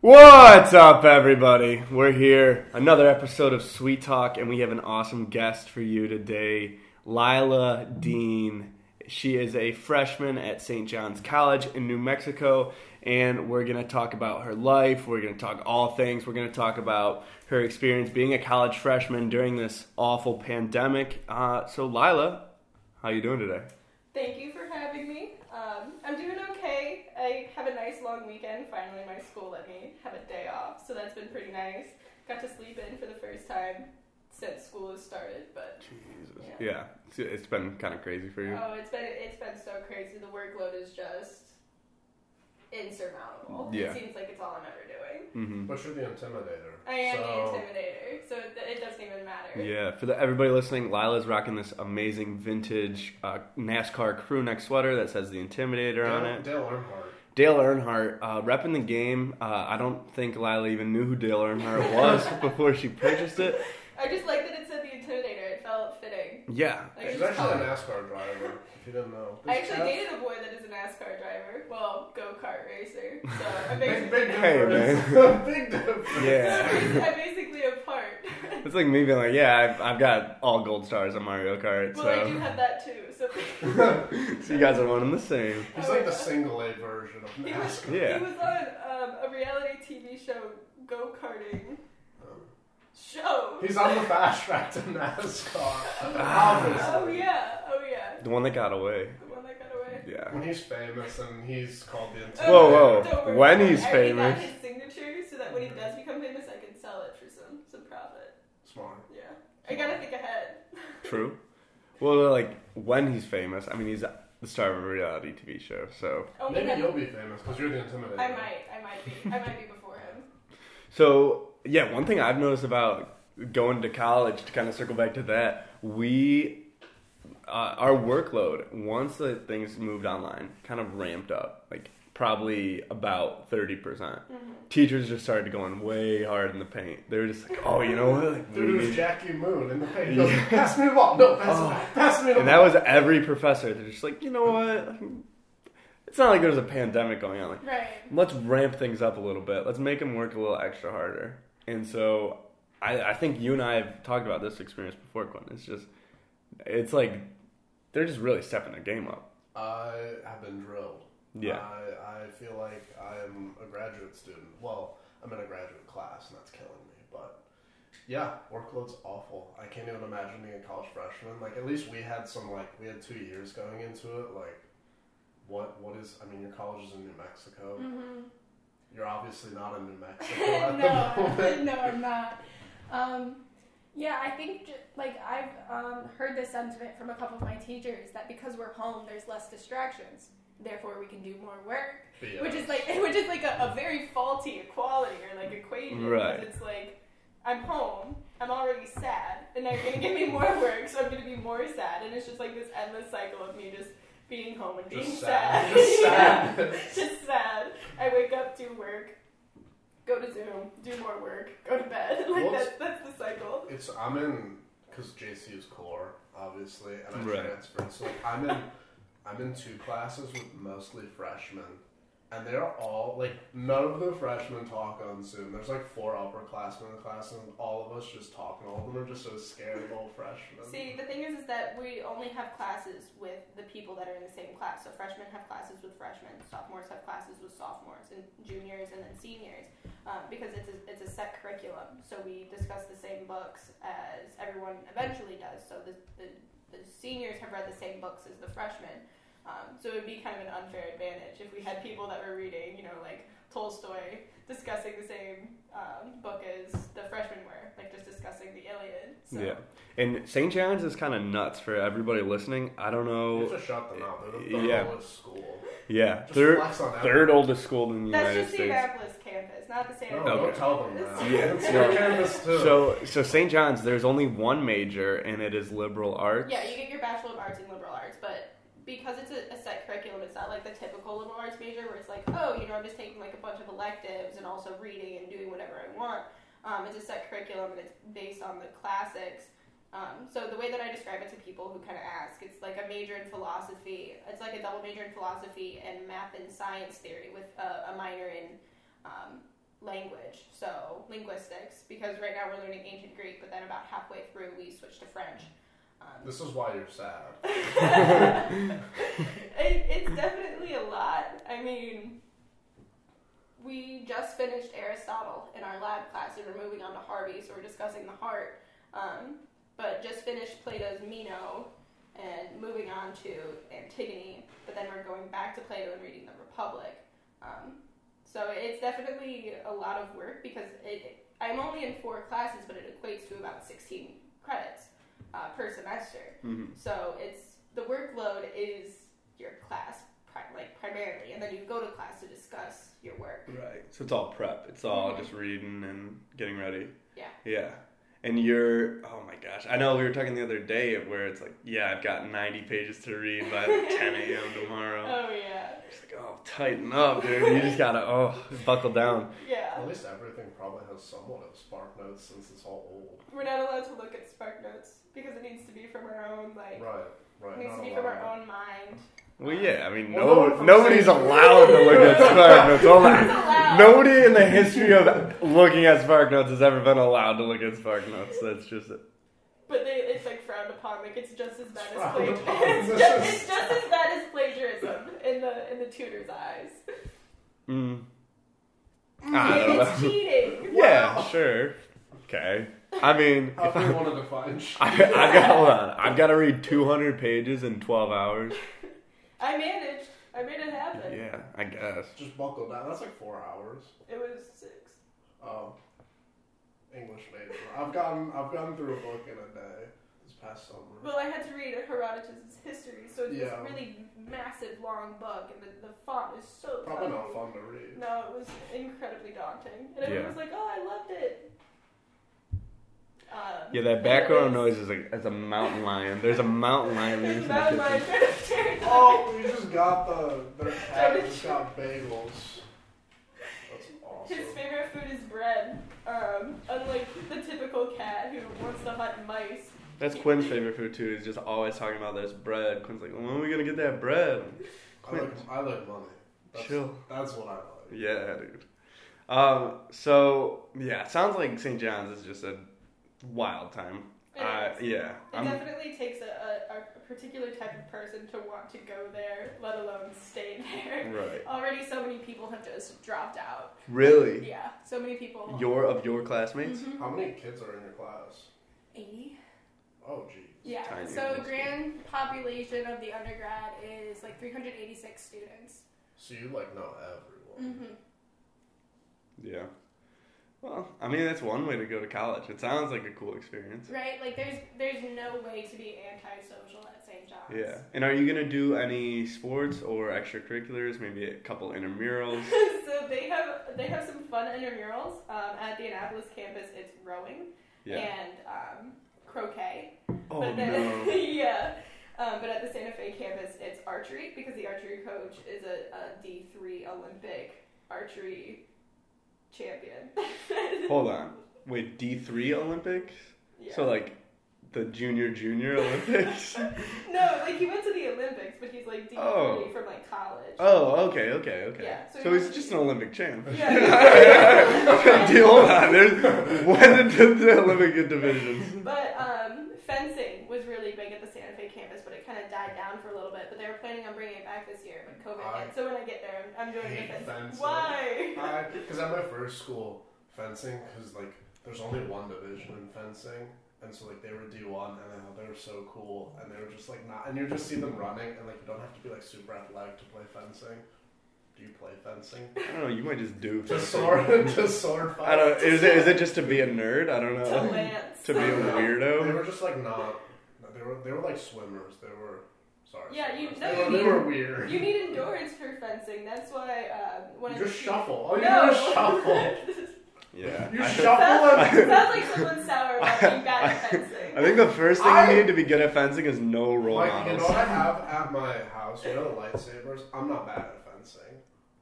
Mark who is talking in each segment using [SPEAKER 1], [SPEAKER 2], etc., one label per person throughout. [SPEAKER 1] What's up, everybody? We're here, another episode of Sweet Talk, and we have an awesome guest for you today, Lila Dean. She is a freshman at St. John's College in New Mexico, and we're going to talk about her life. We're going to talk all things. We're going to talk about her experience being a college freshman during this awful pandemic. Uh, so, Lila, how you doing today?
[SPEAKER 2] Thank you for having me. Um, I'm doing okay. I have a nice long weekend. Finally, my school let me have a day off, so that's been pretty nice. Got to sleep in for the first time since school has started, but
[SPEAKER 1] Jesus. Yeah, it's- it's been kind of crazy for you.
[SPEAKER 2] oh, it's been it's been so crazy. The workload is just insurmountable.
[SPEAKER 1] Yeah.
[SPEAKER 2] It seems like it's all I'm ever doing.
[SPEAKER 1] hmm
[SPEAKER 3] But you're the intimidator.
[SPEAKER 2] I am
[SPEAKER 3] so,
[SPEAKER 2] the intimidator, so it, it doesn't even matter.
[SPEAKER 1] Yeah, for the, everybody listening, Lila's rocking this amazing vintage uh, NASCAR crew neck sweater that says the Intimidator on
[SPEAKER 3] Dale,
[SPEAKER 1] it.
[SPEAKER 3] Dale Earnhardt.
[SPEAKER 1] Dale Earnhardt, uh, repping the game. Uh, I don't think Lila even knew who Dale Earnhardt was before she purchased it.
[SPEAKER 2] I just like that it said the intimidator. It felt fitting.
[SPEAKER 1] Yeah.
[SPEAKER 2] Like,
[SPEAKER 3] She's
[SPEAKER 2] it's
[SPEAKER 3] actually a
[SPEAKER 2] colored.
[SPEAKER 3] NASCAR driver, if you didn't know.
[SPEAKER 2] I actually dated a boy that is a NASCAR driver. Well, go kart racer. So I'm
[SPEAKER 3] Big,
[SPEAKER 2] basically,
[SPEAKER 3] big
[SPEAKER 1] Hey,
[SPEAKER 3] difference. big difference.
[SPEAKER 1] Yeah.
[SPEAKER 2] I'm basically a part.
[SPEAKER 1] It's like me being like, yeah, I've, I've got all gold stars on Mario Kart,
[SPEAKER 2] well, I do
[SPEAKER 1] so,
[SPEAKER 2] have that too. So Oh,
[SPEAKER 1] so you guys are one and the same.
[SPEAKER 3] He's like the single A version of
[SPEAKER 2] he was
[SPEAKER 3] NASCAR.
[SPEAKER 1] Yeah.
[SPEAKER 2] he was on um, a reality TV show go karting show.
[SPEAKER 3] Um, He's on the fast track to NASCAR.
[SPEAKER 1] Ah.
[SPEAKER 2] Oh
[SPEAKER 3] Obviously.
[SPEAKER 2] yeah, oh yeah,
[SPEAKER 1] The one that got away.
[SPEAKER 2] the one that got away.
[SPEAKER 1] Yeah.
[SPEAKER 3] When he's famous and he's called the
[SPEAKER 2] Oh,
[SPEAKER 3] intimidator.
[SPEAKER 1] Whoa, whoa.
[SPEAKER 2] don't worry
[SPEAKER 1] When
[SPEAKER 2] about it.
[SPEAKER 1] he's
[SPEAKER 2] I already got
[SPEAKER 1] famous.
[SPEAKER 2] his signature, so that when he does become famous, I can sell it for some some profit.
[SPEAKER 3] Smart.
[SPEAKER 2] Yeah, I gotta think ahead.
[SPEAKER 1] True. Well, like, when he's famous, I mean, he's the star of a reality TV show, so.
[SPEAKER 2] Oh my
[SPEAKER 3] Maybe
[SPEAKER 2] God.
[SPEAKER 3] you'll be famous because you're the intimidator.
[SPEAKER 2] I might, I might be, I might be before him.
[SPEAKER 1] So yeah, one thing I've noticed about going to college to kind of circle back to that, we uh, our workload once the things moved online kind of ramped up, like probably about thirty percent. Teachers just started going way hard in the paint. They were just like, oh, you know what? Like, we
[SPEAKER 3] Dude, it was
[SPEAKER 1] need-
[SPEAKER 3] Jackie Moon in the paint. He goes,
[SPEAKER 1] Yeah.
[SPEAKER 3] Pass me the ball. No, pass
[SPEAKER 1] Oh.
[SPEAKER 3] it back. Pass me the ball.
[SPEAKER 1] And that was every professor. They're just like, you know what? It's not like there's a pandemic going on. Like,
[SPEAKER 2] Right.
[SPEAKER 1] let's ramp things up a little bit. Let's make them work a little extra harder. And so I, I think you and I have talked about this experience before, Quentin. It's just, it's like they're just really stepping their game up.
[SPEAKER 3] I have been drilled.
[SPEAKER 1] Yeah.
[SPEAKER 3] I, I feel like I'm a graduate student. Well, I'm in a graduate class, and that's killing me. But yeah, workload's awful. I can't even imagine being a college freshman. Like, at least we had some, like, we had two years going into it. Like, what what is, I mean, your college is in New Mexico.
[SPEAKER 4] Mm-hmm.
[SPEAKER 3] You're obviously not in New Mexico Oh. at the moment.
[SPEAKER 2] no, no, I'm not.
[SPEAKER 4] Um, yeah, I think j- like I've um, heard this sentiment from a couple of my teachers that because we're home, there's less distractions, therefore we can do more work,
[SPEAKER 3] But yeah.
[SPEAKER 2] Which is like, which is like a, a very faulty equality or like equation. 'cause
[SPEAKER 1] Right.
[SPEAKER 2] It's like I'm home. I'm already sad, and they're gonna give me more work, so I'm gonna be more sad, and it's just like this endless cycle of me just being home and being
[SPEAKER 3] Just
[SPEAKER 2] sad.
[SPEAKER 3] sad. Just
[SPEAKER 2] Yeah.
[SPEAKER 3] sad.
[SPEAKER 2] just sad. I wake up, do work, go to Zoom, do more work, go to bed. Like
[SPEAKER 3] Well,
[SPEAKER 2] that's that's the cycle.
[SPEAKER 3] It's I'm in because JC is core, obviously, and I
[SPEAKER 1] Right.
[SPEAKER 3] transferred. So like, I'm in I'm in two classes with mostly freshmen, and they're all like none of the freshmen talk on Zoom. There's like four upperclassmen in the class, and all of us just talk, and all of them are just so scared of all freshmen.
[SPEAKER 2] See, the thing is, is that we only have classes with the people that are in the same class. So freshmen have classes with freshmen, sophomores have classes with sophomores, and juniors and then seniors, um, because it's a, it's a set curriculum. So we discuss the same books as everyone eventually does. So the, the, the seniors have read the same books as the freshmen. Um, so it would be kind of an unfair advantage if we had people that were reading, you know, like Tolstoy discussing the same um, book as the freshmen were, like just discussing the Iliad. So.
[SPEAKER 1] Yeah. And St. John's is kind of nuts for everybody listening. I don't
[SPEAKER 3] You
[SPEAKER 1] know.
[SPEAKER 3] have to shut them out. They're the
[SPEAKER 1] Yeah.
[SPEAKER 3] yeah. school.
[SPEAKER 1] Yeah.
[SPEAKER 3] Just
[SPEAKER 1] Third,
[SPEAKER 3] flex on that.
[SPEAKER 1] third oldest school in the
[SPEAKER 2] That's
[SPEAKER 1] United
[SPEAKER 2] just the
[SPEAKER 1] States.
[SPEAKER 2] Annapolis campus, not the San
[SPEAKER 3] No,
[SPEAKER 2] Antonio
[SPEAKER 3] Oh, don't
[SPEAKER 1] Okay.
[SPEAKER 3] tell them that.
[SPEAKER 1] Yeah.
[SPEAKER 3] It's your
[SPEAKER 1] No.
[SPEAKER 3] campus too.
[SPEAKER 1] So, so St. John's, there's only one major, and it is liberal arts.
[SPEAKER 2] Yeah, you get your Bachelor of Arts in Liberal Arts, but because it's a, a set curriculum, it's not like the typical liberal arts major where it's like, oh, you know, I'm just taking like a bunch of electives and also reading and doing whatever I want. Um, it's a set curriculum and it's based on the classics. Um, so the way that I describe it to people who kind of ask, it's like a major in philosophy. It's like a double major in philosophy and math and science theory with a, a minor in um, language, so linguistics, because right now we're learning ancient Greek, but then about halfway through we switch to French. Um,
[SPEAKER 3] This is why you're sad.
[SPEAKER 2] it, it's definitely a lot. I mean, we just finished Aristotle in our lab class, and we're moving on to Harvey, so we're discussing the heart. Um, but just finished Plato's Meno and moving on to Antigone, but then we're going back to Plato and reading the Republic. Um, so it's definitely a lot of work because it, I'm only in four classes, but it equates to about 16 credits uh, per semester.
[SPEAKER 1] hmm
[SPEAKER 2] So it's the workload is your class, pri- like primarily, and then you go to class to discuss your work.
[SPEAKER 1] Right. So it's all prep. It's all just reading and getting ready.
[SPEAKER 2] Mm-hmm. Yeah.
[SPEAKER 1] Yeah. And you're, oh my gosh. I know we were talking the other day where it's like, yeah, I've got 90 pages to read by 10 a.m. tomorrow.
[SPEAKER 2] Oh yeah,
[SPEAKER 1] It's like, oh, tighten up, dude. You just gotta, oh, buckle down.
[SPEAKER 2] yeah.
[SPEAKER 3] At least everything probably has somewhat of spark notes since it's all old.
[SPEAKER 2] We're not allowed to look at spark notes because it needs to be from our own like.
[SPEAKER 3] Right,
[SPEAKER 2] It
[SPEAKER 3] right.
[SPEAKER 2] needs
[SPEAKER 3] not
[SPEAKER 2] to be
[SPEAKER 3] a
[SPEAKER 2] from
[SPEAKER 3] lot.
[SPEAKER 2] our own mind.
[SPEAKER 1] Well, yeah, I mean,
[SPEAKER 3] Well,
[SPEAKER 1] no,
[SPEAKER 3] no, if I'm
[SPEAKER 1] nobody's
[SPEAKER 3] saying-
[SPEAKER 1] allowed to look at Spark Notes. Hold on.
[SPEAKER 2] It's allowed.
[SPEAKER 1] Nobody in the history of looking at Spark Notes has ever been allowed to look at Spark Notes. That's just it.
[SPEAKER 2] But they, it's like frowned upon. Like it's just as bad as
[SPEAKER 3] It's
[SPEAKER 2] plagiarism.
[SPEAKER 3] frowned upon.
[SPEAKER 2] It's just, it's just as bad as plagiarism in the in the tutor's eyes.
[SPEAKER 1] Mm. I don't
[SPEAKER 2] it's
[SPEAKER 1] know.
[SPEAKER 2] cheating.
[SPEAKER 1] Yeah, sure. Okay. I mean, if
[SPEAKER 3] However you
[SPEAKER 1] I,
[SPEAKER 3] want to define shit.
[SPEAKER 1] I, I've got hold on. I've got to read 200 pages in 12 hours.
[SPEAKER 2] I managed. I made it happen.
[SPEAKER 1] Yeah, I guess.
[SPEAKER 3] Just buckle down. That's like four hours.
[SPEAKER 2] It was six.
[SPEAKER 3] Oh, English major. I've gotten I've gotten through a book in a day this past summer.
[SPEAKER 2] Well, I had to read Herodotus' history, so it's
[SPEAKER 3] Yeah.
[SPEAKER 2] this really massive, long book, and the, the font is so
[SPEAKER 3] Probably not
[SPEAKER 2] tiny.
[SPEAKER 3] fun to read.
[SPEAKER 2] No, it was incredibly daunting, and everyone
[SPEAKER 1] Yeah.
[SPEAKER 2] was like, "Oh, I loved it." Um,
[SPEAKER 1] Yeah, that background noise is a, is a mountain lion. There's a mountain lion. loose
[SPEAKER 2] There's a
[SPEAKER 1] in the
[SPEAKER 2] mountain lion
[SPEAKER 1] kitchen.
[SPEAKER 2] trying to tear it down.
[SPEAKER 3] Oh, we just got the their cat just got bagels. That's awesome.
[SPEAKER 2] His favorite food is bread. Um, unlike the typical cat who wants to hunt mice.
[SPEAKER 1] That's Quinn's favorite food too. He's just always talking about this bread. Quinn's like, when are we gonna get that bread?
[SPEAKER 3] I like I like money. That's,
[SPEAKER 1] Chill.
[SPEAKER 3] That's what I like.
[SPEAKER 1] Yeah, dude. Um, so yeah, it sounds like St. John's is just a wild time. Uh,
[SPEAKER 2] Anyways,
[SPEAKER 1] yeah,
[SPEAKER 2] It
[SPEAKER 1] I'm,
[SPEAKER 2] definitely takes a, a, a particular type of person to want to go there, let alone stay there.
[SPEAKER 1] right.
[SPEAKER 2] Already, so many people have just dropped out.
[SPEAKER 1] Really,
[SPEAKER 2] Yeah, so many people.
[SPEAKER 1] your of your classmates?
[SPEAKER 2] Mhm.
[SPEAKER 3] How many kids are in your class?
[SPEAKER 4] Eighty.
[SPEAKER 3] Oh, geez.
[SPEAKER 4] Yeah.
[SPEAKER 1] Tiny
[SPEAKER 4] so
[SPEAKER 1] little
[SPEAKER 4] grand population of the undergrad is like 386 students.
[SPEAKER 3] So you like know everyone.
[SPEAKER 4] Mm-hmm.
[SPEAKER 1] Yeah. Well, I mean, that's one way to go to college. It sounds like a cool experience.
[SPEAKER 4] Right. Like there's there's no way to be antisocial at St. John's.
[SPEAKER 1] Yeah. And are you gonna do any sports or extracurriculars? Maybe a couple intramurals.
[SPEAKER 2] so they have they have some fun intramurals um, at the Annapolis campus. It's rowing
[SPEAKER 1] Yeah.
[SPEAKER 2] and um, croquet.
[SPEAKER 1] Oh
[SPEAKER 2] but then,
[SPEAKER 1] no.
[SPEAKER 2] yeah. Um, but at the Santa Fe campus, it's archery because the archery coach is a, a D three Olympic archery champion.
[SPEAKER 1] Hold on. Wait, D three Olympics?
[SPEAKER 2] Yeah.
[SPEAKER 1] Oh, So like the junior junior Olympics?
[SPEAKER 2] no, like he went to the Olympics, but he's like D three
[SPEAKER 1] Oh.
[SPEAKER 2] from like college.
[SPEAKER 1] oh, okay, okay, okay.
[SPEAKER 2] Yeah,
[SPEAKER 1] so
[SPEAKER 2] so
[SPEAKER 1] he's
[SPEAKER 2] he-
[SPEAKER 1] just an Olympic champ.
[SPEAKER 2] Yeah.
[SPEAKER 1] Dude, Hold on. There's, when did the Olympic divisions?
[SPEAKER 2] But um, fencing was really big at the Santa Fe campus, but it kind of died down for a little bit. But they were planning on bringing it back this year, but COVID
[SPEAKER 3] I
[SPEAKER 2] hit. So when I get there, I'm, I'm doing the
[SPEAKER 3] hate
[SPEAKER 2] fencing.
[SPEAKER 3] fencing.
[SPEAKER 2] Why?
[SPEAKER 3] Because at my first school, fencing, because like there's only one division in fencing, and so like they were D one, and I thought they were so cool, and they were just like not, and you just see them running, and like you don't have to be like super athletic to play fencing. Do you play fencing?
[SPEAKER 1] I don't know. You might just do.
[SPEAKER 3] Just
[SPEAKER 1] something.
[SPEAKER 3] sword, just sword fight.
[SPEAKER 1] I don't. Is it is it just to be a nerd? I don't know.
[SPEAKER 2] To Lance.
[SPEAKER 1] To be a
[SPEAKER 3] They
[SPEAKER 1] weirdo.
[SPEAKER 3] were just like not. no, They were they were like swimmers. They were sorry.
[SPEAKER 2] Yeah, you-
[SPEAKER 3] swimmers.
[SPEAKER 2] no,
[SPEAKER 3] they,
[SPEAKER 2] you
[SPEAKER 3] were, they
[SPEAKER 2] need-
[SPEAKER 3] were weird.
[SPEAKER 2] You need endurance for fencing. That's why um, one
[SPEAKER 3] You
[SPEAKER 2] of
[SPEAKER 3] just
[SPEAKER 2] the
[SPEAKER 3] shuffle. All you
[SPEAKER 2] No.
[SPEAKER 3] do is oh, shuffle.
[SPEAKER 1] Yeah.
[SPEAKER 3] You
[SPEAKER 1] I-
[SPEAKER 3] shuffle and
[SPEAKER 2] sounds, sounds like someone sour about being bad at
[SPEAKER 1] I
[SPEAKER 2] fencing.
[SPEAKER 1] think the first thing
[SPEAKER 3] I-
[SPEAKER 1] you need to be good at fencing is no role
[SPEAKER 3] Like, you know
[SPEAKER 1] models.
[SPEAKER 3] what I have at my house? You know the lightsabers? I'm not bad at fencing.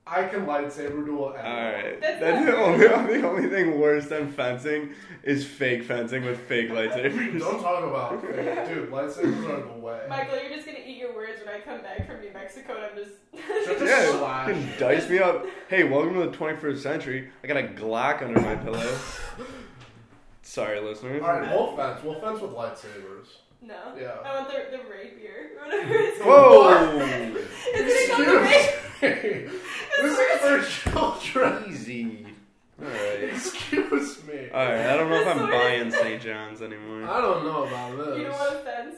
[SPEAKER 3] I can lightsaber duel anyone.
[SPEAKER 1] Alright.
[SPEAKER 2] That's
[SPEAKER 1] That's,
[SPEAKER 2] not
[SPEAKER 1] the,
[SPEAKER 2] fair.
[SPEAKER 1] only, the only thing worse than fencing is fake fencing with fake
[SPEAKER 3] Don't
[SPEAKER 1] lightsabers.
[SPEAKER 3] talk about it. Dude, lightsabers are the way.
[SPEAKER 2] Michael, you're just gonna eat your words when I come back from New Mexico and I'm just.
[SPEAKER 3] Just
[SPEAKER 2] yeah.
[SPEAKER 1] Yeah,
[SPEAKER 3] slash.
[SPEAKER 1] fucking dice me up. Hey, welcome to the 21st century. I got a Glock under my pillow. Sorry, listeners.
[SPEAKER 3] All right, wolf fence. Wolf fence with lightsabers.
[SPEAKER 2] No.
[SPEAKER 3] Yeah.
[SPEAKER 2] I want the, the rapier or whatever it's
[SPEAKER 1] Whoa!
[SPEAKER 2] It's gonna go the rapier.
[SPEAKER 3] me. This is for children.
[SPEAKER 1] Easy. All right.
[SPEAKER 3] Excuse me.
[SPEAKER 1] All right. I don't know if I'm
[SPEAKER 2] Sorry.
[SPEAKER 1] buying St. John's anymore.
[SPEAKER 3] I don't know about this.
[SPEAKER 2] You don't want a fence.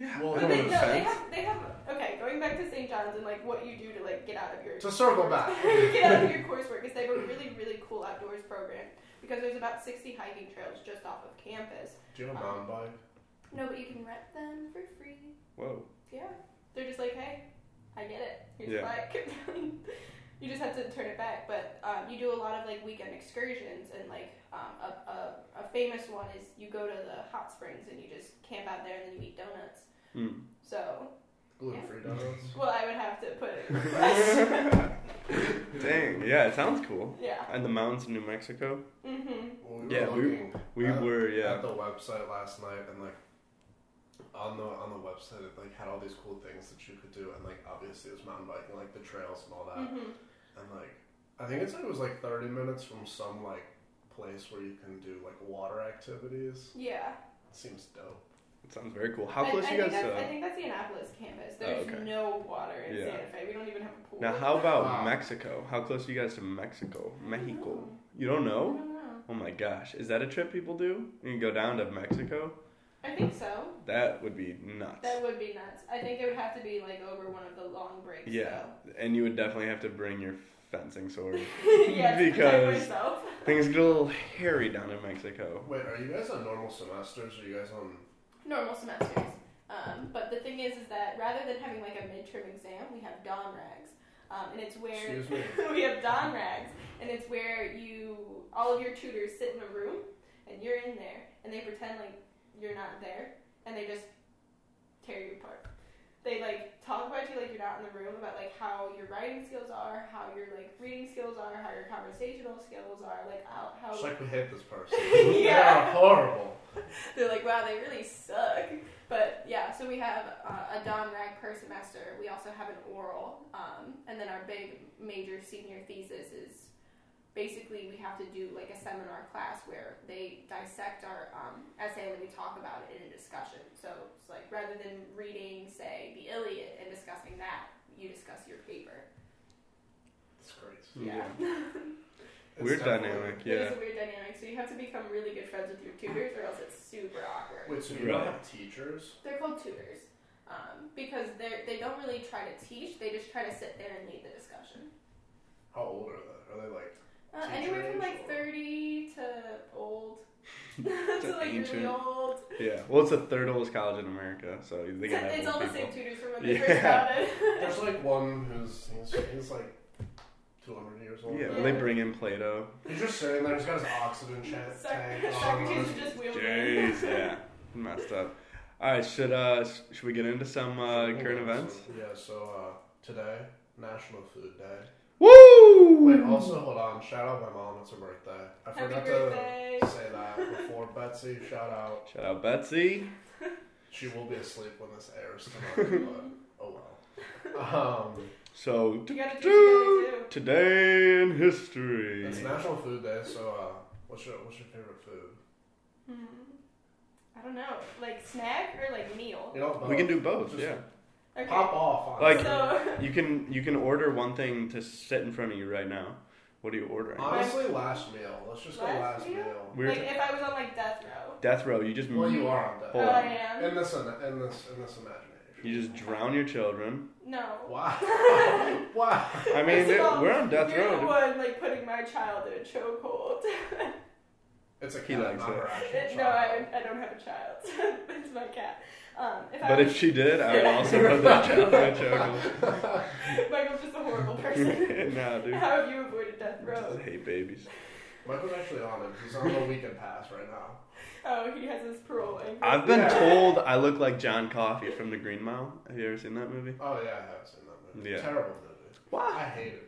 [SPEAKER 1] Yeah,
[SPEAKER 3] Well,
[SPEAKER 1] I
[SPEAKER 2] But
[SPEAKER 1] don't
[SPEAKER 2] they,
[SPEAKER 1] want
[SPEAKER 2] no,
[SPEAKER 1] to
[SPEAKER 2] they
[SPEAKER 1] offend.
[SPEAKER 2] have, they have. Okay, going back to St. John's and like what you do to like get out of your
[SPEAKER 3] To circle back.
[SPEAKER 2] get out of your coursework is they have a really really cool outdoors program because there's about 60 hiking trails just off of campus.
[SPEAKER 3] Do you have a mountain bike?
[SPEAKER 2] No, but you can rent them for free.
[SPEAKER 1] Whoa.
[SPEAKER 2] Yeah, they're just like, hey, I get it. Here's
[SPEAKER 1] Yeah.
[SPEAKER 2] yeah. you just have to turn it back. But um, you do a lot of like weekend excursions, and like um, a, a, a famous one is you go to the hot springs and you just camp out there and then you eat donuts.
[SPEAKER 1] Hmm.
[SPEAKER 2] So,
[SPEAKER 3] Gluten free donuts.
[SPEAKER 2] well, I would have to put it. in request.
[SPEAKER 3] Hmm.
[SPEAKER 1] Dang. Yeah, it sounds cool.
[SPEAKER 2] yeah.
[SPEAKER 1] And the mountains in New Mexico.
[SPEAKER 2] Mm-hmm.
[SPEAKER 3] Well,
[SPEAKER 1] Yeah, we-
[SPEAKER 3] looking
[SPEAKER 1] We
[SPEAKER 3] at-
[SPEAKER 1] were.
[SPEAKER 3] at
[SPEAKER 1] Yeah.
[SPEAKER 3] the website last night and like on the on the website it like had all these cool things that you could do and like obviously it was mountain biking like the trails and all that
[SPEAKER 2] Mm-hmm.
[SPEAKER 3] and like I think it said it was like 30 minutes from some like place where you can do like water activities
[SPEAKER 2] Yeah.
[SPEAKER 3] seems dope
[SPEAKER 1] It sounds very cool. How
[SPEAKER 2] I-
[SPEAKER 1] close
[SPEAKER 2] I,
[SPEAKER 1] you
[SPEAKER 2] think
[SPEAKER 1] guys?
[SPEAKER 2] that's- I
[SPEAKER 1] Uh,
[SPEAKER 2] think that's the Annapolis campus. There's
[SPEAKER 1] okay.
[SPEAKER 2] no water in
[SPEAKER 1] Yeah.
[SPEAKER 2] Santa Fe. We don't even have a pool.
[SPEAKER 1] now, how about
[SPEAKER 3] Wow.
[SPEAKER 1] Mexico? How close are you guys to Mexico? Mexico.
[SPEAKER 2] know.
[SPEAKER 1] You don't
[SPEAKER 2] I
[SPEAKER 1] know?
[SPEAKER 2] don't know.
[SPEAKER 1] Oh my gosh, is that a trip people do? You can go down to Mexico?
[SPEAKER 2] I think so.
[SPEAKER 1] That would be nuts.
[SPEAKER 2] That would be nuts. I think it would have to be like over one of the long breaks.
[SPEAKER 1] yeah, and you would definitely have to bring your fencing sword.
[SPEAKER 2] Though. yeah. to protect
[SPEAKER 1] Because-
[SPEAKER 2] myself.
[SPEAKER 1] Things get a little hairy down in Mexico.
[SPEAKER 3] wait are you guys on normal semesters or are you guys on
[SPEAKER 2] normal semesters. Um, but the thing is, is that rather than having like a midterm exam, we have don rags, um, and it's where
[SPEAKER 3] excuse me
[SPEAKER 2] we have don rags, and it's where you all of your tutors sit in a room, and you're in there, and they pretend like you're not there, and they just tear you apart. They like talk about you like you're not in the room about like how your writing skills are, how your like reading skills are, how your conversational skills are, like how, how
[SPEAKER 3] it's like we hate this person
[SPEAKER 2] Oh. Yeah.
[SPEAKER 3] they're horrible
[SPEAKER 2] They're like, wow, they really suck. But yeah, so we have uh, a Don Rag per semester. We also have an oral. Um, and then our big major senior thesis is basically we have to do like a seminar class where they dissect our um, essay and then we talk about it in a discussion. So it's like rather than reading, say, the Iliad and discussing that, you discuss your paper.
[SPEAKER 3] it's great
[SPEAKER 2] Yeah.
[SPEAKER 3] It's
[SPEAKER 1] Weird
[SPEAKER 3] definitely-
[SPEAKER 1] dynamic,
[SPEAKER 2] it
[SPEAKER 1] yeah.
[SPEAKER 2] is a weird dynamic. So you have to become really good friends with your tutors or else it's super awkward.
[SPEAKER 3] wait so you don't
[SPEAKER 1] Right.
[SPEAKER 3] have teachers
[SPEAKER 2] They're called tutors um, because they they don't really try to teach. They just try to sit there and lead the discussion.
[SPEAKER 3] how old are they are they like
[SPEAKER 2] Uh,
[SPEAKER 3] Teacher
[SPEAKER 2] anywhere from like
[SPEAKER 3] age or-
[SPEAKER 2] thirty to old to like
[SPEAKER 1] ancient.
[SPEAKER 2] really old.
[SPEAKER 1] Yeah, well, it's the third oldest college in America, so they got
[SPEAKER 2] it's all the same
[SPEAKER 1] people.
[SPEAKER 2] tutors from when they
[SPEAKER 1] Yeah.
[SPEAKER 2] first started.
[SPEAKER 3] There's like one who's he's, he's like 200 years old.
[SPEAKER 1] Yeah,
[SPEAKER 2] Yeah.
[SPEAKER 1] well, they bring in Plato.
[SPEAKER 3] He's just sitting there. He's got his oxygen cha- tank
[SPEAKER 2] Soc-
[SPEAKER 3] on.
[SPEAKER 2] Socrates just wheeled in.
[SPEAKER 1] Jeez, yeah, messed up. All right, should uh, sh- should we get into some uh, current events?
[SPEAKER 3] Yeah. So uh, today, National Food Day.
[SPEAKER 1] Woo!
[SPEAKER 3] Wait. Also, hold on. Shout out my mom. It's her birthday. I
[SPEAKER 2] Happy
[SPEAKER 3] forgot
[SPEAKER 2] birthday.
[SPEAKER 3] to say that before. Betsy, shout out.
[SPEAKER 1] shout out Betsy.
[SPEAKER 3] She will be asleep when this airs tonight. but oh well. Um,
[SPEAKER 1] So
[SPEAKER 2] You gotta teach
[SPEAKER 1] do-
[SPEAKER 2] together too.
[SPEAKER 1] Today in history.
[SPEAKER 3] it's National Food Day. So uh, what's your what's your favorite food?
[SPEAKER 2] Hmm. I don't know, like snack or like meal.
[SPEAKER 3] You know,
[SPEAKER 1] we can
[SPEAKER 3] both.
[SPEAKER 1] do both.
[SPEAKER 3] Just
[SPEAKER 1] yeah.
[SPEAKER 2] Okay.
[SPEAKER 3] Pop off.
[SPEAKER 1] Like-
[SPEAKER 3] honestly.
[SPEAKER 2] so
[SPEAKER 1] You can you can order one thing to sit in front of you right now. What are you ordering?
[SPEAKER 3] Honestly, last meal. Let's just go
[SPEAKER 2] Last
[SPEAKER 3] last
[SPEAKER 2] meal?
[SPEAKER 3] meal.
[SPEAKER 1] We're
[SPEAKER 2] like if I was on like death row.
[SPEAKER 1] death row. You just
[SPEAKER 3] Well, you are on
[SPEAKER 1] Hold
[SPEAKER 2] Oh, I
[SPEAKER 1] on.
[SPEAKER 3] that.
[SPEAKER 2] am.
[SPEAKER 3] In this, in this, in this imagination.
[SPEAKER 1] you just drown your children.
[SPEAKER 2] No.
[SPEAKER 3] Wow. wow.
[SPEAKER 1] I mean,
[SPEAKER 2] First of all,
[SPEAKER 1] we're on death
[SPEAKER 2] You're
[SPEAKER 1] row.
[SPEAKER 2] the
[SPEAKER 1] dude.
[SPEAKER 2] one like putting my child in a chokehold.
[SPEAKER 3] It's a
[SPEAKER 1] He
[SPEAKER 3] cat,
[SPEAKER 1] likes
[SPEAKER 3] not
[SPEAKER 1] it.
[SPEAKER 3] her actual
[SPEAKER 2] no, I,
[SPEAKER 3] child.
[SPEAKER 2] I don't have a child. it's my cat. Um, if I
[SPEAKER 1] But
[SPEAKER 2] was,
[SPEAKER 1] if she did, I would also put that child in a chokehold.
[SPEAKER 2] Michael's just a horrible person.
[SPEAKER 1] nah, dude.
[SPEAKER 2] How have you avoided death
[SPEAKER 1] Just
[SPEAKER 2] row?
[SPEAKER 1] hate babies.
[SPEAKER 3] Michael's actually on it. He's on the weekend pass right now.
[SPEAKER 2] Oh, he has his parole. anchor.
[SPEAKER 1] I've been
[SPEAKER 3] Yeah.
[SPEAKER 1] told I look like John Coffey from The Green Mile. Have you ever seen that movie?
[SPEAKER 3] Oh yeah, I have seen that movie.
[SPEAKER 1] Yeah.
[SPEAKER 3] Terrible movie.
[SPEAKER 1] What?
[SPEAKER 3] I hated it.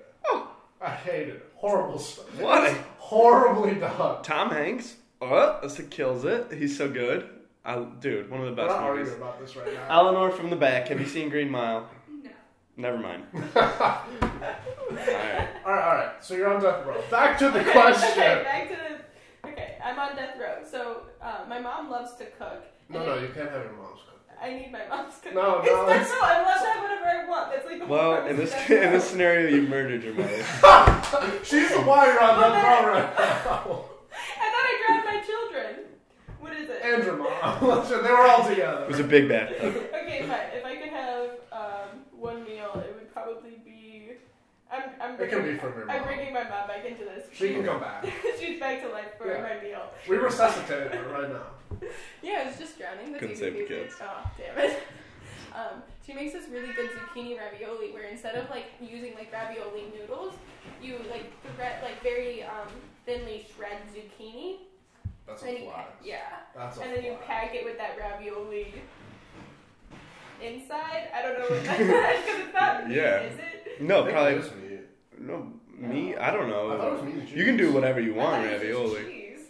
[SPEAKER 3] I hated it. Horrible stuff.
[SPEAKER 1] What?
[SPEAKER 3] It's horribly done.
[SPEAKER 1] Tom Hanks. Oh, this kills it. He's so good. I, dude, one of the
[SPEAKER 3] We're
[SPEAKER 1] best
[SPEAKER 3] not
[SPEAKER 1] movies.
[SPEAKER 3] arguing about this right now.
[SPEAKER 1] Eleanor from the back. Have you seen Green Mile?
[SPEAKER 2] No.
[SPEAKER 1] Never mind. All right.
[SPEAKER 3] All right, all right. So you're on death row. Back to the question.
[SPEAKER 2] back to the. Okay, I'm on death row. So uh, my mom loves to cook. and
[SPEAKER 3] No, no,
[SPEAKER 2] it-
[SPEAKER 3] you can't have your mom's cook.
[SPEAKER 2] I need my mom's cooking.
[SPEAKER 3] No,
[SPEAKER 2] it's
[SPEAKER 3] no,
[SPEAKER 2] death
[SPEAKER 3] it's-
[SPEAKER 2] row. I must have whatever I want. That's like the whole
[SPEAKER 1] Well,
[SPEAKER 2] premise
[SPEAKER 1] in
[SPEAKER 2] of
[SPEAKER 1] this
[SPEAKER 2] death
[SPEAKER 1] in
[SPEAKER 2] row.
[SPEAKER 1] this scenario, you murdered your mother.
[SPEAKER 3] She's the why you're on death row right now.
[SPEAKER 2] I thought I drowned my children. What is it?
[SPEAKER 3] And your mom. So they were all together.
[SPEAKER 1] It was a big bathtub.
[SPEAKER 2] okay, if I, if I could have um, one meal, it would probably be. I'm, I'm
[SPEAKER 3] It can
[SPEAKER 2] bringing,
[SPEAKER 3] be from your
[SPEAKER 2] I'm
[SPEAKER 3] mom.
[SPEAKER 2] bringing my mom back into this.
[SPEAKER 3] She can come back.
[SPEAKER 2] She's back to life for
[SPEAKER 3] Yeah.
[SPEAKER 2] my meal.
[SPEAKER 3] We resuscitated her right now.
[SPEAKER 4] Yeah, it was just drowning. That's
[SPEAKER 1] Couldn't
[SPEAKER 4] easy
[SPEAKER 1] save the
[SPEAKER 4] peasy.
[SPEAKER 1] kids.
[SPEAKER 2] Oh, damn
[SPEAKER 4] Damn it. Um, she makes this really good zucchini ravioli where instead of like using like ravioli noodles, you like thread like very um, thinly shred zucchini.
[SPEAKER 3] That's
[SPEAKER 4] and
[SPEAKER 3] a
[SPEAKER 4] you
[SPEAKER 3] fly.
[SPEAKER 4] pa- yeah.
[SPEAKER 3] That's a
[SPEAKER 2] and then you
[SPEAKER 3] fly.
[SPEAKER 2] pack it with that ravioli inside. I don't know what that's because it's not meat,
[SPEAKER 1] Yeah.
[SPEAKER 2] is it?
[SPEAKER 3] I
[SPEAKER 1] No,
[SPEAKER 3] think it
[SPEAKER 1] Oh, probably
[SPEAKER 3] is meat.
[SPEAKER 1] no me. I don't
[SPEAKER 3] I thought it
[SPEAKER 1] know.
[SPEAKER 3] was meat and cheese.
[SPEAKER 1] You can do whatever you
[SPEAKER 2] I thought
[SPEAKER 1] want,
[SPEAKER 2] it was just
[SPEAKER 1] ravioli.
[SPEAKER 2] cheese.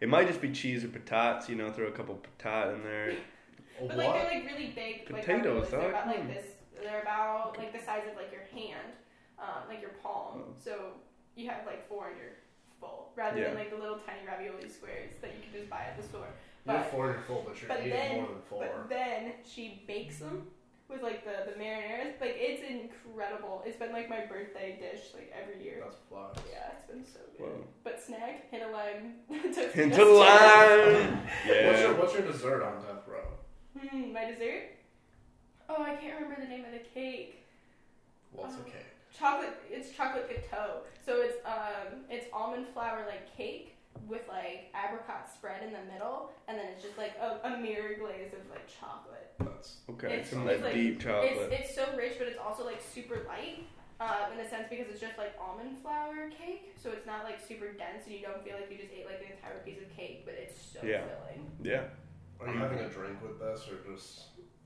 [SPEAKER 1] It might just be cheese or patats. You know, throw a couple patat in there.
[SPEAKER 3] A
[SPEAKER 2] But like
[SPEAKER 3] what?
[SPEAKER 2] they're like really big. Like,
[SPEAKER 1] Potatoes,
[SPEAKER 2] raviolis. They're
[SPEAKER 1] dog.
[SPEAKER 2] about like
[SPEAKER 1] Hmm.
[SPEAKER 2] this. They're about like the size of like your hand, um, like your palm. So you have like four in your bowl, rather
[SPEAKER 1] Oh. Yeah.
[SPEAKER 2] than like the little tiny ravioli squares that you can just buy at the store.
[SPEAKER 3] You're
[SPEAKER 2] But
[SPEAKER 3] four and you're full, but you're
[SPEAKER 2] but
[SPEAKER 3] eating
[SPEAKER 2] then-
[SPEAKER 3] more than four.
[SPEAKER 2] But then she bakes them with like the the marinara. Like it's incredible. It's been like my birthday dish like every year.
[SPEAKER 3] That's fly.
[SPEAKER 2] Yeah, it's been so good.
[SPEAKER 1] Whoa.
[SPEAKER 2] But snack, hint of lime. toasted
[SPEAKER 1] Into
[SPEAKER 2] nuts.
[SPEAKER 1] line.
[SPEAKER 3] What's your
[SPEAKER 1] Yeah.
[SPEAKER 3] what's your dessert on death row?
[SPEAKER 2] Hmm, my dessert. Oh, I can't remember the name of the cake.
[SPEAKER 3] Well, it's a cake.
[SPEAKER 2] Chocolate. It's chocolate gâteau. So it's um, it's almond flour like cake with like apricot spread in the middle, and then it's just like a, a mirror glaze of like chocolate.
[SPEAKER 3] That's
[SPEAKER 1] Okay,
[SPEAKER 2] It's-
[SPEAKER 1] some of
[SPEAKER 2] it's
[SPEAKER 1] that
[SPEAKER 2] like-
[SPEAKER 1] deep
[SPEAKER 2] It's,
[SPEAKER 1] chocolate.
[SPEAKER 2] it's so rich, but it's also like super light um, in the sense because it's just like almond flour cake, so it's not like super dense, and you don't feel like you just ate like an entire piece of cake, but it's so
[SPEAKER 1] Yeah.
[SPEAKER 2] filling.
[SPEAKER 1] Yeah.
[SPEAKER 3] Are you having a drink with this or just?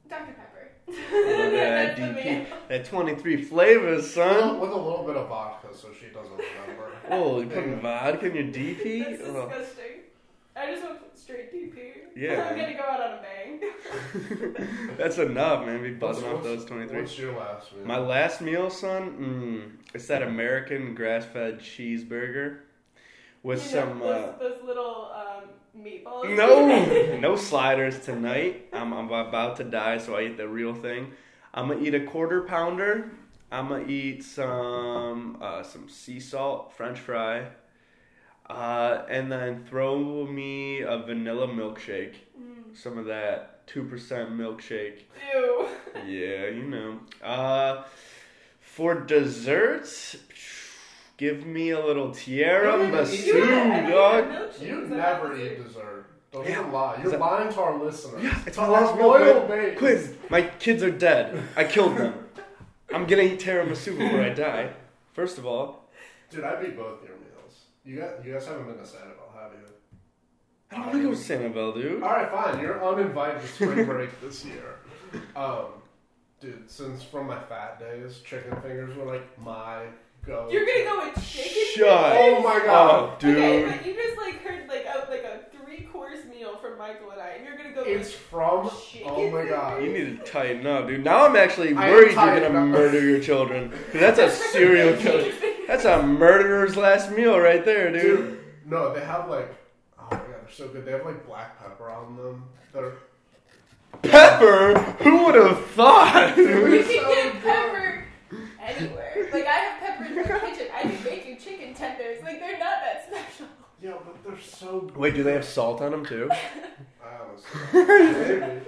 [SPEAKER 2] Dr Pepper.
[SPEAKER 1] Oh, yeah,
[SPEAKER 2] That's the
[SPEAKER 1] DP.
[SPEAKER 2] meal.
[SPEAKER 1] That 23 flavors,
[SPEAKER 2] Oh,
[SPEAKER 1] son.
[SPEAKER 3] With a little bit of vodka, so she doesn't remember.
[SPEAKER 1] Oh, you putting vodka in your
[SPEAKER 2] That's
[SPEAKER 1] DP? Oh.
[SPEAKER 2] disgusting. I just went straight DP.
[SPEAKER 1] Yeah,
[SPEAKER 2] I'm
[SPEAKER 1] man.
[SPEAKER 2] gonna go out on a bang.
[SPEAKER 1] That's enough, man. Be
[SPEAKER 3] What's-
[SPEAKER 1] buzzing off
[SPEAKER 3] what's-
[SPEAKER 1] those 23.
[SPEAKER 3] What's your last meal?
[SPEAKER 1] My last meal, son, mm, it's that American grass-fed cheeseburger with
[SPEAKER 2] You know,
[SPEAKER 1] some.
[SPEAKER 2] those,
[SPEAKER 1] Uh,
[SPEAKER 2] those little um, meatballs.
[SPEAKER 1] no, no sliders tonight. I'm, I'm about to die, so I eat the real thing. I'm gonna eat a quarter pounder. I'm gonna eat some uh, some sea salt French fry, uh, and then throw me a vanilla milkshake.
[SPEAKER 2] Mm,
[SPEAKER 1] Some of that two percent milkshake.
[SPEAKER 2] ew.
[SPEAKER 1] Yeah, you know. Uh, for desserts, give me a little
[SPEAKER 3] You
[SPEAKER 1] Tierra
[SPEAKER 3] don't even eat
[SPEAKER 2] You had- I
[SPEAKER 1] Masu,
[SPEAKER 2] think
[SPEAKER 1] dog.
[SPEAKER 2] had milkshakes.
[SPEAKER 3] You
[SPEAKER 2] Is that
[SPEAKER 3] never
[SPEAKER 2] what
[SPEAKER 3] eat
[SPEAKER 2] it is?
[SPEAKER 3] dessert. Don't
[SPEAKER 1] Yeah.
[SPEAKER 3] even lie.
[SPEAKER 1] Is
[SPEAKER 3] You're
[SPEAKER 1] that-
[SPEAKER 3] lying to our listeners.
[SPEAKER 1] Yeah, it's my
[SPEAKER 3] To
[SPEAKER 1] last
[SPEAKER 3] our
[SPEAKER 1] meal,
[SPEAKER 3] loyal
[SPEAKER 1] Quiz.
[SPEAKER 3] base.
[SPEAKER 1] Quiz. My kids are dead. I killed them. I'm gonna eat tiramisu before I die. First of all,
[SPEAKER 3] Dude, I beat both your meals. You got you guys haven't been to Sanibel, have you?
[SPEAKER 1] I don't wanna go to Sanibel, dude.
[SPEAKER 3] All right, fine. You're uninvited to spring break this year. Um, dude, since from my fat days, chicken fingers were like my go.
[SPEAKER 2] You're gonna go with chicken?
[SPEAKER 1] Shut
[SPEAKER 2] fingers?
[SPEAKER 3] Oh my god.
[SPEAKER 1] Oh, dude.
[SPEAKER 2] Okay, but you just like heard like a like a three course meal from Michael and I, and you're gonna go
[SPEAKER 3] It's from.
[SPEAKER 2] Chicken
[SPEAKER 3] Oh my
[SPEAKER 1] You
[SPEAKER 3] god.
[SPEAKER 2] fingers?
[SPEAKER 1] need to tighten up, dude. Now I'm actually
[SPEAKER 3] I am
[SPEAKER 1] worried you're
[SPEAKER 3] tightened
[SPEAKER 1] gonna
[SPEAKER 3] up.
[SPEAKER 1] murder your children. 'Cause That's a serial killer. That's a murderer's last meal right there, dude.
[SPEAKER 3] Dude, no, they have like. Oh my god, they're so good. They have like black pepper on them. They're
[SPEAKER 1] Pepper? Who would have thought?
[SPEAKER 4] You can
[SPEAKER 1] dude?
[SPEAKER 3] So
[SPEAKER 4] get
[SPEAKER 3] good.
[SPEAKER 4] pepper anywhere. Like I have pepper in my kitchen. I do bacon chicken tenders. Like they're not that special.
[SPEAKER 3] yeah, but they're so. good.
[SPEAKER 1] Wait, do they have salt on them too?
[SPEAKER 3] I honestly. Maybe.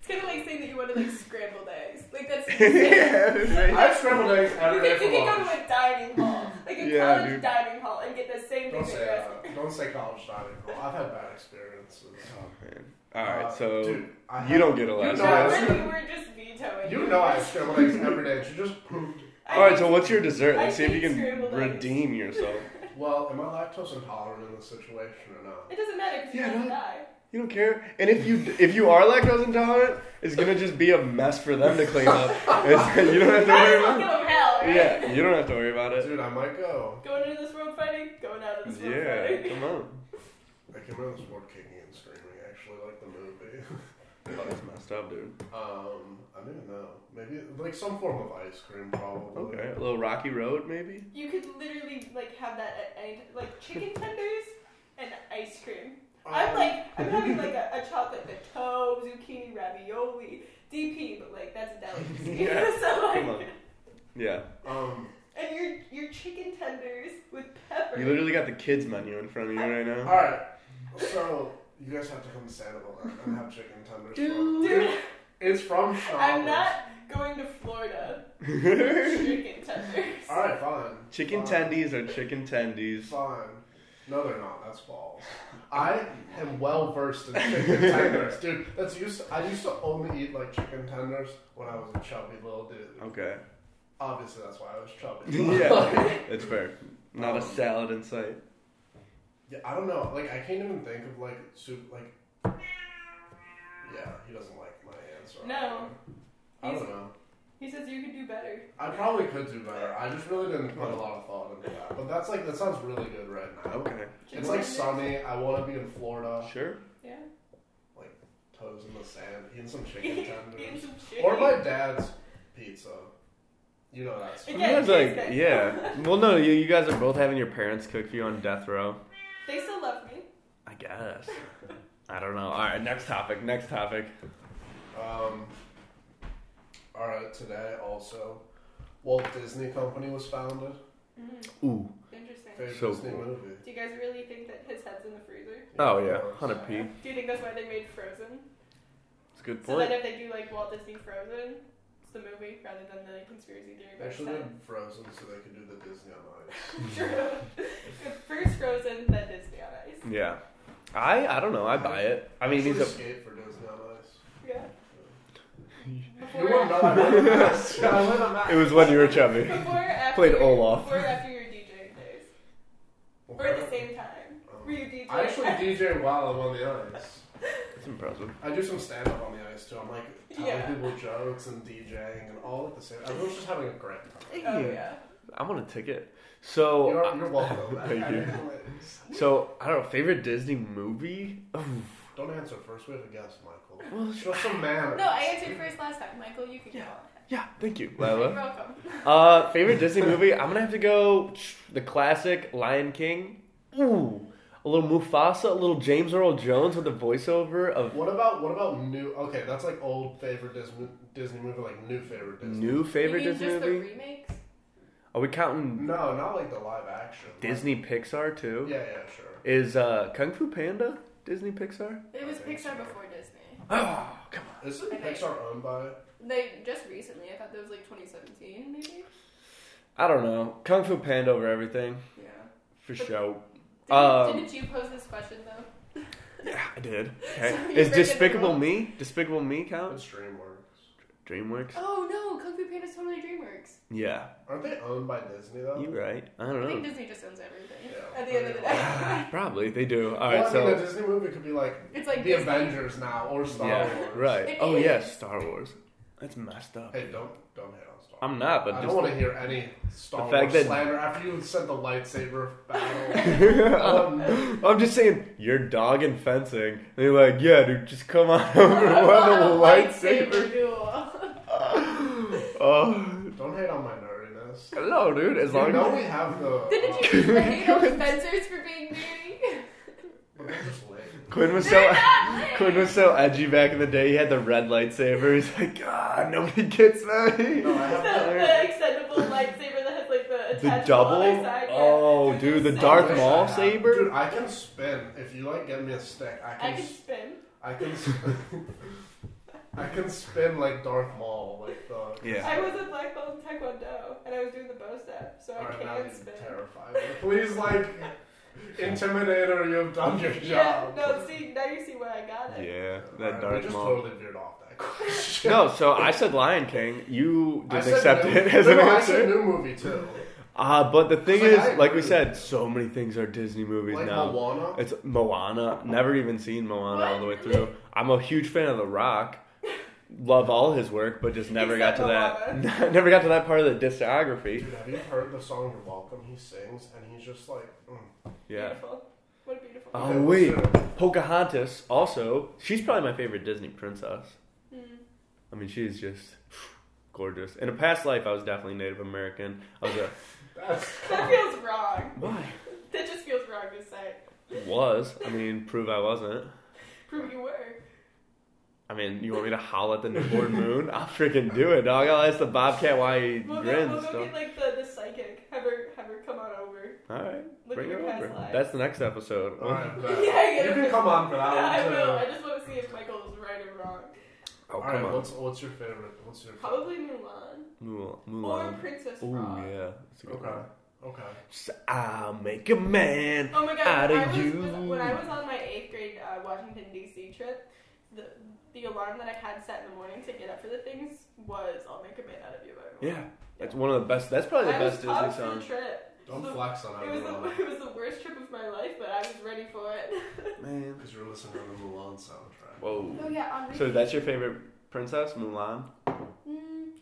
[SPEAKER 4] It's kind of like saying that you want to like scrambled eggs. Like that's
[SPEAKER 1] yeah,
[SPEAKER 3] I have scrambled eggs
[SPEAKER 4] You could,
[SPEAKER 3] every day
[SPEAKER 4] you
[SPEAKER 3] for
[SPEAKER 4] could go
[SPEAKER 3] lunch.
[SPEAKER 4] to a dining hall, like a
[SPEAKER 1] Yeah,
[SPEAKER 4] college
[SPEAKER 1] dude.
[SPEAKER 4] dining hall, and get the same
[SPEAKER 3] Don't
[SPEAKER 4] thing.
[SPEAKER 3] say
[SPEAKER 4] that you
[SPEAKER 3] that. Don't say college dining. Well, I've had bad experiences.
[SPEAKER 1] All right,
[SPEAKER 3] Uh,
[SPEAKER 1] so
[SPEAKER 3] dude, I
[SPEAKER 1] you
[SPEAKER 3] have-
[SPEAKER 1] don't get a last
[SPEAKER 3] know I
[SPEAKER 1] meal.
[SPEAKER 3] was-
[SPEAKER 4] Remember, we were just vetoing.
[SPEAKER 3] You know I have scrambled eggs every day. She just pooped.
[SPEAKER 2] I
[SPEAKER 1] All right,
[SPEAKER 2] hate-
[SPEAKER 1] so what's your dessert?
[SPEAKER 2] I
[SPEAKER 1] Let's see if you
[SPEAKER 2] hate
[SPEAKER 1] can
[SPEAKER 2] scrambled eggs.
[SPEAKER 1] redeem yourself.
[SPEAKER 3] Well, am I lactose intolerant in this situation or not?
[SPEAKER 2] It doesn't matter because
[SPEAKER 1] Yeah,
[SPEAKER 2] you're gonna
[SPEAKER 1] no.
[SPEAKER 2] die.
[SPEAKER 1] You don't care, and if you if you are lactose intolerant, it's gonna just be a mess for them to clean up. It's- you don't have to
[SPEAKER 2] Might
[SPEAKER 1] worry
[SPEAKER 2] as well
[SPEAKER 1] about
[SPEAKER 2] give
[SPEAKER 1] it.
[SPEAKER 2] 'em hell, right?
[SPEAKER 1] Yeah, you don't have to worry about it.
[SPEAKER 3] Dude, I might go.
[SPEAKER 2] Going into this world fighting, going out of this world
[SPEAKER 1] Yeah,
[SPEAKER 2] fighting.
[SPEAKER 1] come on.
[SPEAKER 3] I can remember this word kicking and screaming, actually, like the movie.
[SPEAKER 1] Oh, That's messed up, dude.
[SPEAKER 3] Um, I don't even know. Maybe like some form of ice cream, probably.
[SPEAKER 1] Okay, a little rocky road, maybe.
[SPEAKER 2] You could literally like have that at any like chicken tenders and ice cream. I'm
[SPEAKER 3] Um,
[SPEAKER 2] like I'm having like a, a chocolate gâteau, zucchini ravioli, DP, but like that's a delicacy.
[SPEAKER 1] Yeah,
[SPEAKER 2] so
[SPEAKER 1] come on.
[SPEAKER 2] like,
[SPEAKER 1] Yeah,
[SPEAKER 3] Um,
[SPEAKER 2] and your your chicken tenders with pepper.
[SPEAKER 1] you literally got the kids menu in front of you right
[SPEAKER 3] all
[SPEAKER 1] now.
[SPEAKER 3] right. So you guys have to come to Sanibel and- and have chicken tenders. for-
[SPEAKER 2] Dude,
[SPEAKER 3] It's from Shoppers.
[SPEAKER 2] I'm not going to Florida for chicken tenders.
[SPEAKER 3] All right, fine.
[SPEAKER 1] chicken
[SPEAKER 3] fine,
[SPEAKER 1] tendies are chicken tendies.
[SPEAKER 3] Fine. No, they're not. That's false. I am well versed in chicken tenders, dude. That's used. To, I used to only eat like chicken tenders when I was a chubby little dude.
[SPEAKER 1] Okay,
[SPEAKER 3] Obviously, that's why I was chubby.
[SPEAKER 1] yeah, it's fair. Not a
[SPEAKER 3] Um,
[SPEAKER 1] salad in sight.
[SPEAKER 3] Yeah, I don't know. Like, I can't even think of like soup. Like, yeah, he doesn't like my answer.
[SPEAKER 2] No.
[SPEAKER 3] I
[SPEAKER 2] He's-
[SPEAKER 3] don't know.
[SPEAKER 2] He says you could do better.
[SPEAKER 3] I probably could do better. I just really didn't put a lot of thought into that. But that's like that sounds really good right now.
[SPEAKER 1] Okay,
[SPEAKER 3] It's like sunny. I want to be in Florida,
[SPEAKER 1] sure.
[SPEAKER 3] toes in the sand, eating some chicken
[SPEAKER 2] Eating
[SPEAKER 3] tenders,
[SPEAKER 2] some chicken.
[SPEAKER 3] or my dad's pizza. You know that's.
[SPEAKER 1] You
[SPEAKER 2] Yeah,
[SPEAKER 1] guys
[SPEAKER 2] it's
[SPEAKER 1] like,
[SPEAKER 2] good.
[SPEAKER 1] yeah. Well, no, you, you guys are both having your parents cook for you on death row.
[SPEAKER 2] They still love me.
[SPEAKER 1] I guess. I don't know. All right, next topic. Next topic.
[SPEAKER 3] Um. All right. Today also, Walt Disney Company was founded.
[SPEAKER 2] Mm,
[SPEAKER 3] Mm-hmm.
[SPEAKER 1] Ooh.
[SPEAKER 2] interesting.
[SPEAKER 3] Favorite
[SPEAKER 1] So
[SPEAKER 3] Disney
[SPEAKER 1] cool.
[SPEAKER 3] movie.
[SPEAKER 2] Do you guys really think that his head's in the freezer?
[SPEAKER 1] Oh yeah, hundred p.
[SPEAKER 2] Do you think that's why they made Frozen?
[SPEAKER 1] It's a good
[SPEAKER 2] So that
[SPEAKER 1] point.
[SPEAKER 2] if they do like Walt Disney Frozen, it's the movie rather than the conspiracy theory.
[SPEAKER 3] They
[SPEAKER 2] about
[SPEAKER 3] should
[SPEAKER 2] his
[SPEAKER 3] have
[SPEAKER 2] head.
[SPEAKER 3] frozen so they could do the Disney on Ice.
[SPEAKER 2] True. First Frozen, then Disney on Ice.
[SPEAKER 1] Yeah. I I don't know. I buy it. I mean, he's a
[SPEAKER 3] escape for Disney on Ice.
[SPEAKER 2] Yeah.
[SPEAKER 3] You
[SPEAKER 2] Before,
[SPEAKER 3] wouldn't know that. I went on Max. I went on Max.
[SPEAKER 1] It was when you were chubby.
[SPEAKER 2] before after
[SPEAKER 1] Played Olaf.
[SPEAKER 2] Before after your DJing days, or at the same time. Were you DJing?
[SPEAKER 3] Oh. I actually DJ while I'm on the ice.
[SPEAKER 1] It's impressive.
[SPEAKER 3] I do some stand up on the ice too. I'm like telling
[SPEAKER 2] Yeah.
[SPEAKER 3] people jokes and DJing and all at the same. Everyone's just having a great time.
[SPEAKER 2] Oh yeah.
[SPEAKER 1] I want a ticket. So
[SPEAKER 3] You're, you're welcome.
[SPEAKER 1] Thank you.
[SPEAKER 3] Anyways.
[SPEAKER 1] so I don't know. Favorite Disney movie? Oof.
[SPEAKER 3] Don't answer first. We have to guess, Michael.
[SPEAKER 1] Well,
[SPEAKER 3] Show some manners.
[SPEAKER 4] No, I answered first last time. Michael, you can go.
[SPEAKER 1] Yeah. yeah. Thank you,
[SPEAKER 4] You're
[SPEAKER 1] Lila.
[SPEAKER 4] welcome.
[SPEAKER 1] Uh, favorite Disney movie? I'm gonna have to go the classic Lion King. Ooh, a little Mufasa, a little James Earl Jones with the voiceover of
[SPEAKER 3] What about what about new? Okay, that's like old favorite Disney Disney movie, like new favorite Disney.
[SPEAKER 1] new favorite
[SPEAKER 4] you mean
[SPEAKER 1] Disney
[SPEAKER 4] just
[SPEAKER 1] movie.
[SPEAKER 4] the remakes?
[SPEAKER 1] Are we counting
[SPEAKER 3] No, not like the live action. Like-
[SPEAKER 1] Disney Pixar too?
[SPEAKER 3] yeah, yeah, sure.
[SPEAKER 1] Is uh, Kung Fu Panda Disney Pixar?
[SPEAKER 4] It was
[SPEAKER 3] I think
[SPEAKER 4] Pixar
[SPEAKER 3] so.
[SPEAKER 4] before Disney.
[SPEAKER 1] Oh, come on.
[SPEAKER 3] Isn't
[SPEAKER 4] I think-
[SPEAKER 3] Pixar owned by?
[SPEAKER 4] They just recently. I thought that was like 2017, maybe.
[SPEAKER 1] I don't know. Kung Fu Panda over everything
[SPEAKER 4] Yeah.
[SPEAKER 1] for sure.
[SPEAKER 4] Didn't,
[SPEAKER 1] Um,
[SPEAKER 4] didn't you pose this question though?
[SPEAKER 1] Yeah, I did. Okay.
[SPEAKER 4] So you
[SPEAKER 1] Is
[SPEAKER 4] forget the
[SPEAKER 1] Despicable
[SPEAKER 4] rule.
[SPEAKER 1] Me? Despicable Me count?
[SPEAKER 3] It's DreamWorks.
[SPEAKER 1] DreamWorks?
[SPEAKER 4] Oh no, Kung Fu Panda's totally DreamWorks.
[SPEAKER 1] Yeah,
[SPEAKER 3] Aren't they owned by Disney though?
[SPEAKER 1] you right. I
[SPEAKER 4] I
[SPEAKER 1] don't
[SPEAKER 4] think
[SPEAKER 1] know.
[SPEAKER 4] Disney just owns everything.
[SPEAKER 3] Yeah.
[SPEAKER 4] At the end of the day,
[SPEAKER 1] Probably they do. All
[SPEAKER 3] well,
[SPEAKER 1] right,
[SPEAKER 3] I mean, a
[SPEAKER 1] so
[SPEAKER 3] Disney movie could be like
[SPEAKER 4] it's like
[SPEAKER 3] the
[SPEAKER 4] Disney.
[SPEAKER 3] Avengers now or Star
[SPEAKER 1] yeah,
[SPEAKER 3] Wars.
[SPEAKER 1] right.
[SPEAKER 4] It
[SPEAKER 1] Oh
[SPEAKER 4] is.
[SPEAKER 1] yes, Star Wars. That's messed up.
[SPEAKER 3] Hey, don't don't hate on Star. Wars.
[SPEAKER 1] I'm not,
[SPEAKER 3] I
[SPEAKER 1] but
[SPEAKER 3] don't
[SPEAKER 1] just
[SPEAKER 3] want to hear any Star
[SPEAKER 1] The fact
[SPEAKER 3] Wars
[SPEAKER 1] that-
[SPEAKER 3] slander after you said the lightsaber battle. um,
[SPEAKER 1] I'm, Um, I'm just saying, you're dog and fencing. And they're like, yeah, dude, just come on over and wear the lightsaber.
[SPEAKER 4] duel.
[SPEAKER 1] Oh,
[SPEAKER 3] don't hate on my nerdiness.
[SPEAKER 1] no, dude. As long
[SPEAKER 3] You know
[SPEAKER 1] as
[SPEAKER 3] we have the. uh,
[SPEAKER 4] Didn't you just hate all the Spencers for being nerdy?
[SPEAKER 3] But they're just lame.
[SPEAKER 1] Quinn was
[SPEAKER 4] They're
[SPEAKER 1] so uh,
[SPEAKER 4] not lame.
[SPEAKER 1] Quinn was so edgy back in the day. He had the red lightsaber. He's like, ah, nobody gets me.
[SPEAKER 2] The,
[SPEAKER 3] No, I have
[SPEAKER 2] the extendable lightsaber that has like the
[SPEAKER 1] The
[SPEAKER 2] attachable other
[SPEAKER 1] double?
[SPEAKER 2] side. yeah.
[SPEAKER 1] Oh, dude, the
[SPEAKER 2] I
[SPEAKER 1] Darth
[SPEAKER 3] wish I
[SPEAKER 1] Maul
[SPEAKER 3] had-
[SPEAKER 1] saber.
[SPEAKER 3] Dude, I can spin. If you like, give me a stick. I
[SPEAKER 2] I
[SPEAKER 3] can.
[SPEAKER 2] can
[SPEAKER 3] s-
[SPEAKER 2] spin.
[SPEAKER 3] I can. Spin, I can spin like Darth Maul, like the.
[SPEAKER 1] Yeah.
[SPEAKER 2] I was a black belt in Taekwondo, and I was doing the bow step, so I
[SPEAKER 3] Alright, now
[SPEAKER 2] can
[SPEAKER 3] you're
[SPEAKER 2] spin.
[SPEAKER 3] terrified. Please, like, Intimidator, you've done your
[SPEAKER 2] Yeah,
[SPEAKER 3] job.
[SPEAKER 2] no, see, now you see where I got it.
[SPEAKER 1] Yeah,
[SPEAKER 3] Alright,
[SPEAKER 1] that
[SPEAKER 3] we
[SPEAKER 1] Darth
[SPEAKER 3] just
[SPEAKER 1] Maul.
[SPEAKER 3] totally veered off that question.
[SPEAKER 1] No, so I said Lion King. You
[SPEAKER 3] I
[SPEAKER 1] didn't
[SPEAKER 3] said
[SPEAKER 1] accept
[SPEAKER 3] new,
[SPEAKER 1] it as
[SPEAKER 3] no,
[SPEAKER 1] an
[SPEAKER 3] no, I said
[SPEAKER 1] answer.
[SPEAKER 3] new movie too.
[SPEAKER 1] Uh, but the thing
[SPEAKER 3] Like,
[SPEAKER 1] is,
[SPEAKER 3] I
[SPEAKER 1] like we
[SPEAKER 3] agree.
[SPEAKER 1] said, so many things are Disney movies
[SPEAKER 3] Like
[SPEAKER 1] now.
[SPEAKER 3] Moana.
[SPEAKER 1] It's Moana. Never even seen Moana all the way through. I'm a huge fan of The Rock. Love all his work, but just never got to
[SPEAKER 2] Except
[SPEAKER 1] that. Never got to that part of the discography.
[SPEAKER 3] Dude, have you heard the song "You're Welcome"? He sings, and he's just like, mm.
[SPEAKER 1] Yeah.
[SPEAKER 2] Beautiful. What a beautiful
[SPEAKER 1] Oh
[SPEAKER 3] Okay,
[SPEAKER 1] wait,
[SPEAKER 3] what's your-
[SPEAKER 1] Pocahontas. Also, she's probably my favorite Disney princess.
[SPEAKER 2] Hmm.
[SPEAKER 1] I mean, she's just gorgeous. In a past life, I was definitely Native American. I was a
[SPEAKER 2] That feels wrong.
[SPEAKER 1] why
[SPEAKER 2] That just feels wrong to say.
[SPEAKER 1] was. I mean, prove I wasn't.
[SPEAKER 2] Prove you were.
[SPEAKER 1] I mean, you want me to howl at the newborn moon? I'll freaking do it, dog. I'll ask the bobcat why he
[SPEAKER 2] We'll go,
[SPEAKER 1] grins.
[SPEAKER 2] we'll go
[SPEAKER 1] dog.
[SPEAKER 2] get like the, the psychic. Have her have her come on over.
[SPEAKER 1] All right,
[SPEAKER 2] Look
[SPEAKER 1] bring
[SPEAKER 2] at
[SPEAKER 1] it
[SPEAKER 2] your past
[SPEAKER 1] over.
[SPEAKER 2] life.
[SPEAKER 1] That's the next episode.
[SPEAKER 3] Alright,
[SPEAKER 2] yeah,
[SPEAKER 3] bet.
[SPEAKER 2] I get
[SPEAKER 3] You
[SPEAKER 2] it.
[SPEAKER 3] can come on for that
[SPEAKER 2] Yeah, I
[SPEAKER 3] one,
[SPEAKER 2] will. I
[SPEAKER 3] too.
[SPEAKER 2] just want to see if Michael was right or wrong.
[SPEAKER 1] Oh,
[SPEAKER 3] Alright,
[SPEAKER 1] come on.
[SPEAKER 3] what's what's your favorite? What's your
[SPEAKER 2] Probably Mulan
[SPEAKER 1] Mulan.
[SPEAKER 2] or
[SPEAKER 1] Mulan.
[SPEAKER 2] Princess
[SPEAKER 1] Ooh,
[SPEAKER 2] Frog.
[SPEAKER 1] yeah. That's a good
[SPEAKER 3] Okay.
[SPEAKER 1] one.
[SPEAKER 3] Okay.
[SPEAKER 1] S- I'll make a man.
[SPEAKER 2] Oh my god!
[SPEAKER 1] Outta
[SPEAKER 2] when I was,
[SPEAKER 1] you.
[SPEAKER 2] was- when I was on my eighth grade uh, Washington D.C. trip, the the alarm that I had set in the morning to get up for the things was "I'll make a man out of you." By Mulan.
[SPEAKER 1] Yeah, that's one of the best. That's probably the
[SPEAKER 2] I
[SPEAKER 1] best
[SPEAKER 2] was
[SPEAKER 1] Disney
[SPEAKER 2] up for
[SPEAKER 1] song.
[SPEAKER 2] the trip.
[SPEAKER 3] Don't
[SPEAKER 2] Look,
[SPEAKER 3] flex on
[SPEAKER 2] It was,
[SPEAKER 3] everyone
[SPEAKER 2] the, it was the worst trip of my life, but I was ready for it.
[SPEAKER 1] Man.
[SPEAKER 3] because you're listening to the Mulan soundtrack.
[SPEAKER 1] Whoa.
[SPEAKER 2] oh yeah, on
[SPEAKER 1] So that's your favorite princess, Mulan?
[SPEAKER 2] mm,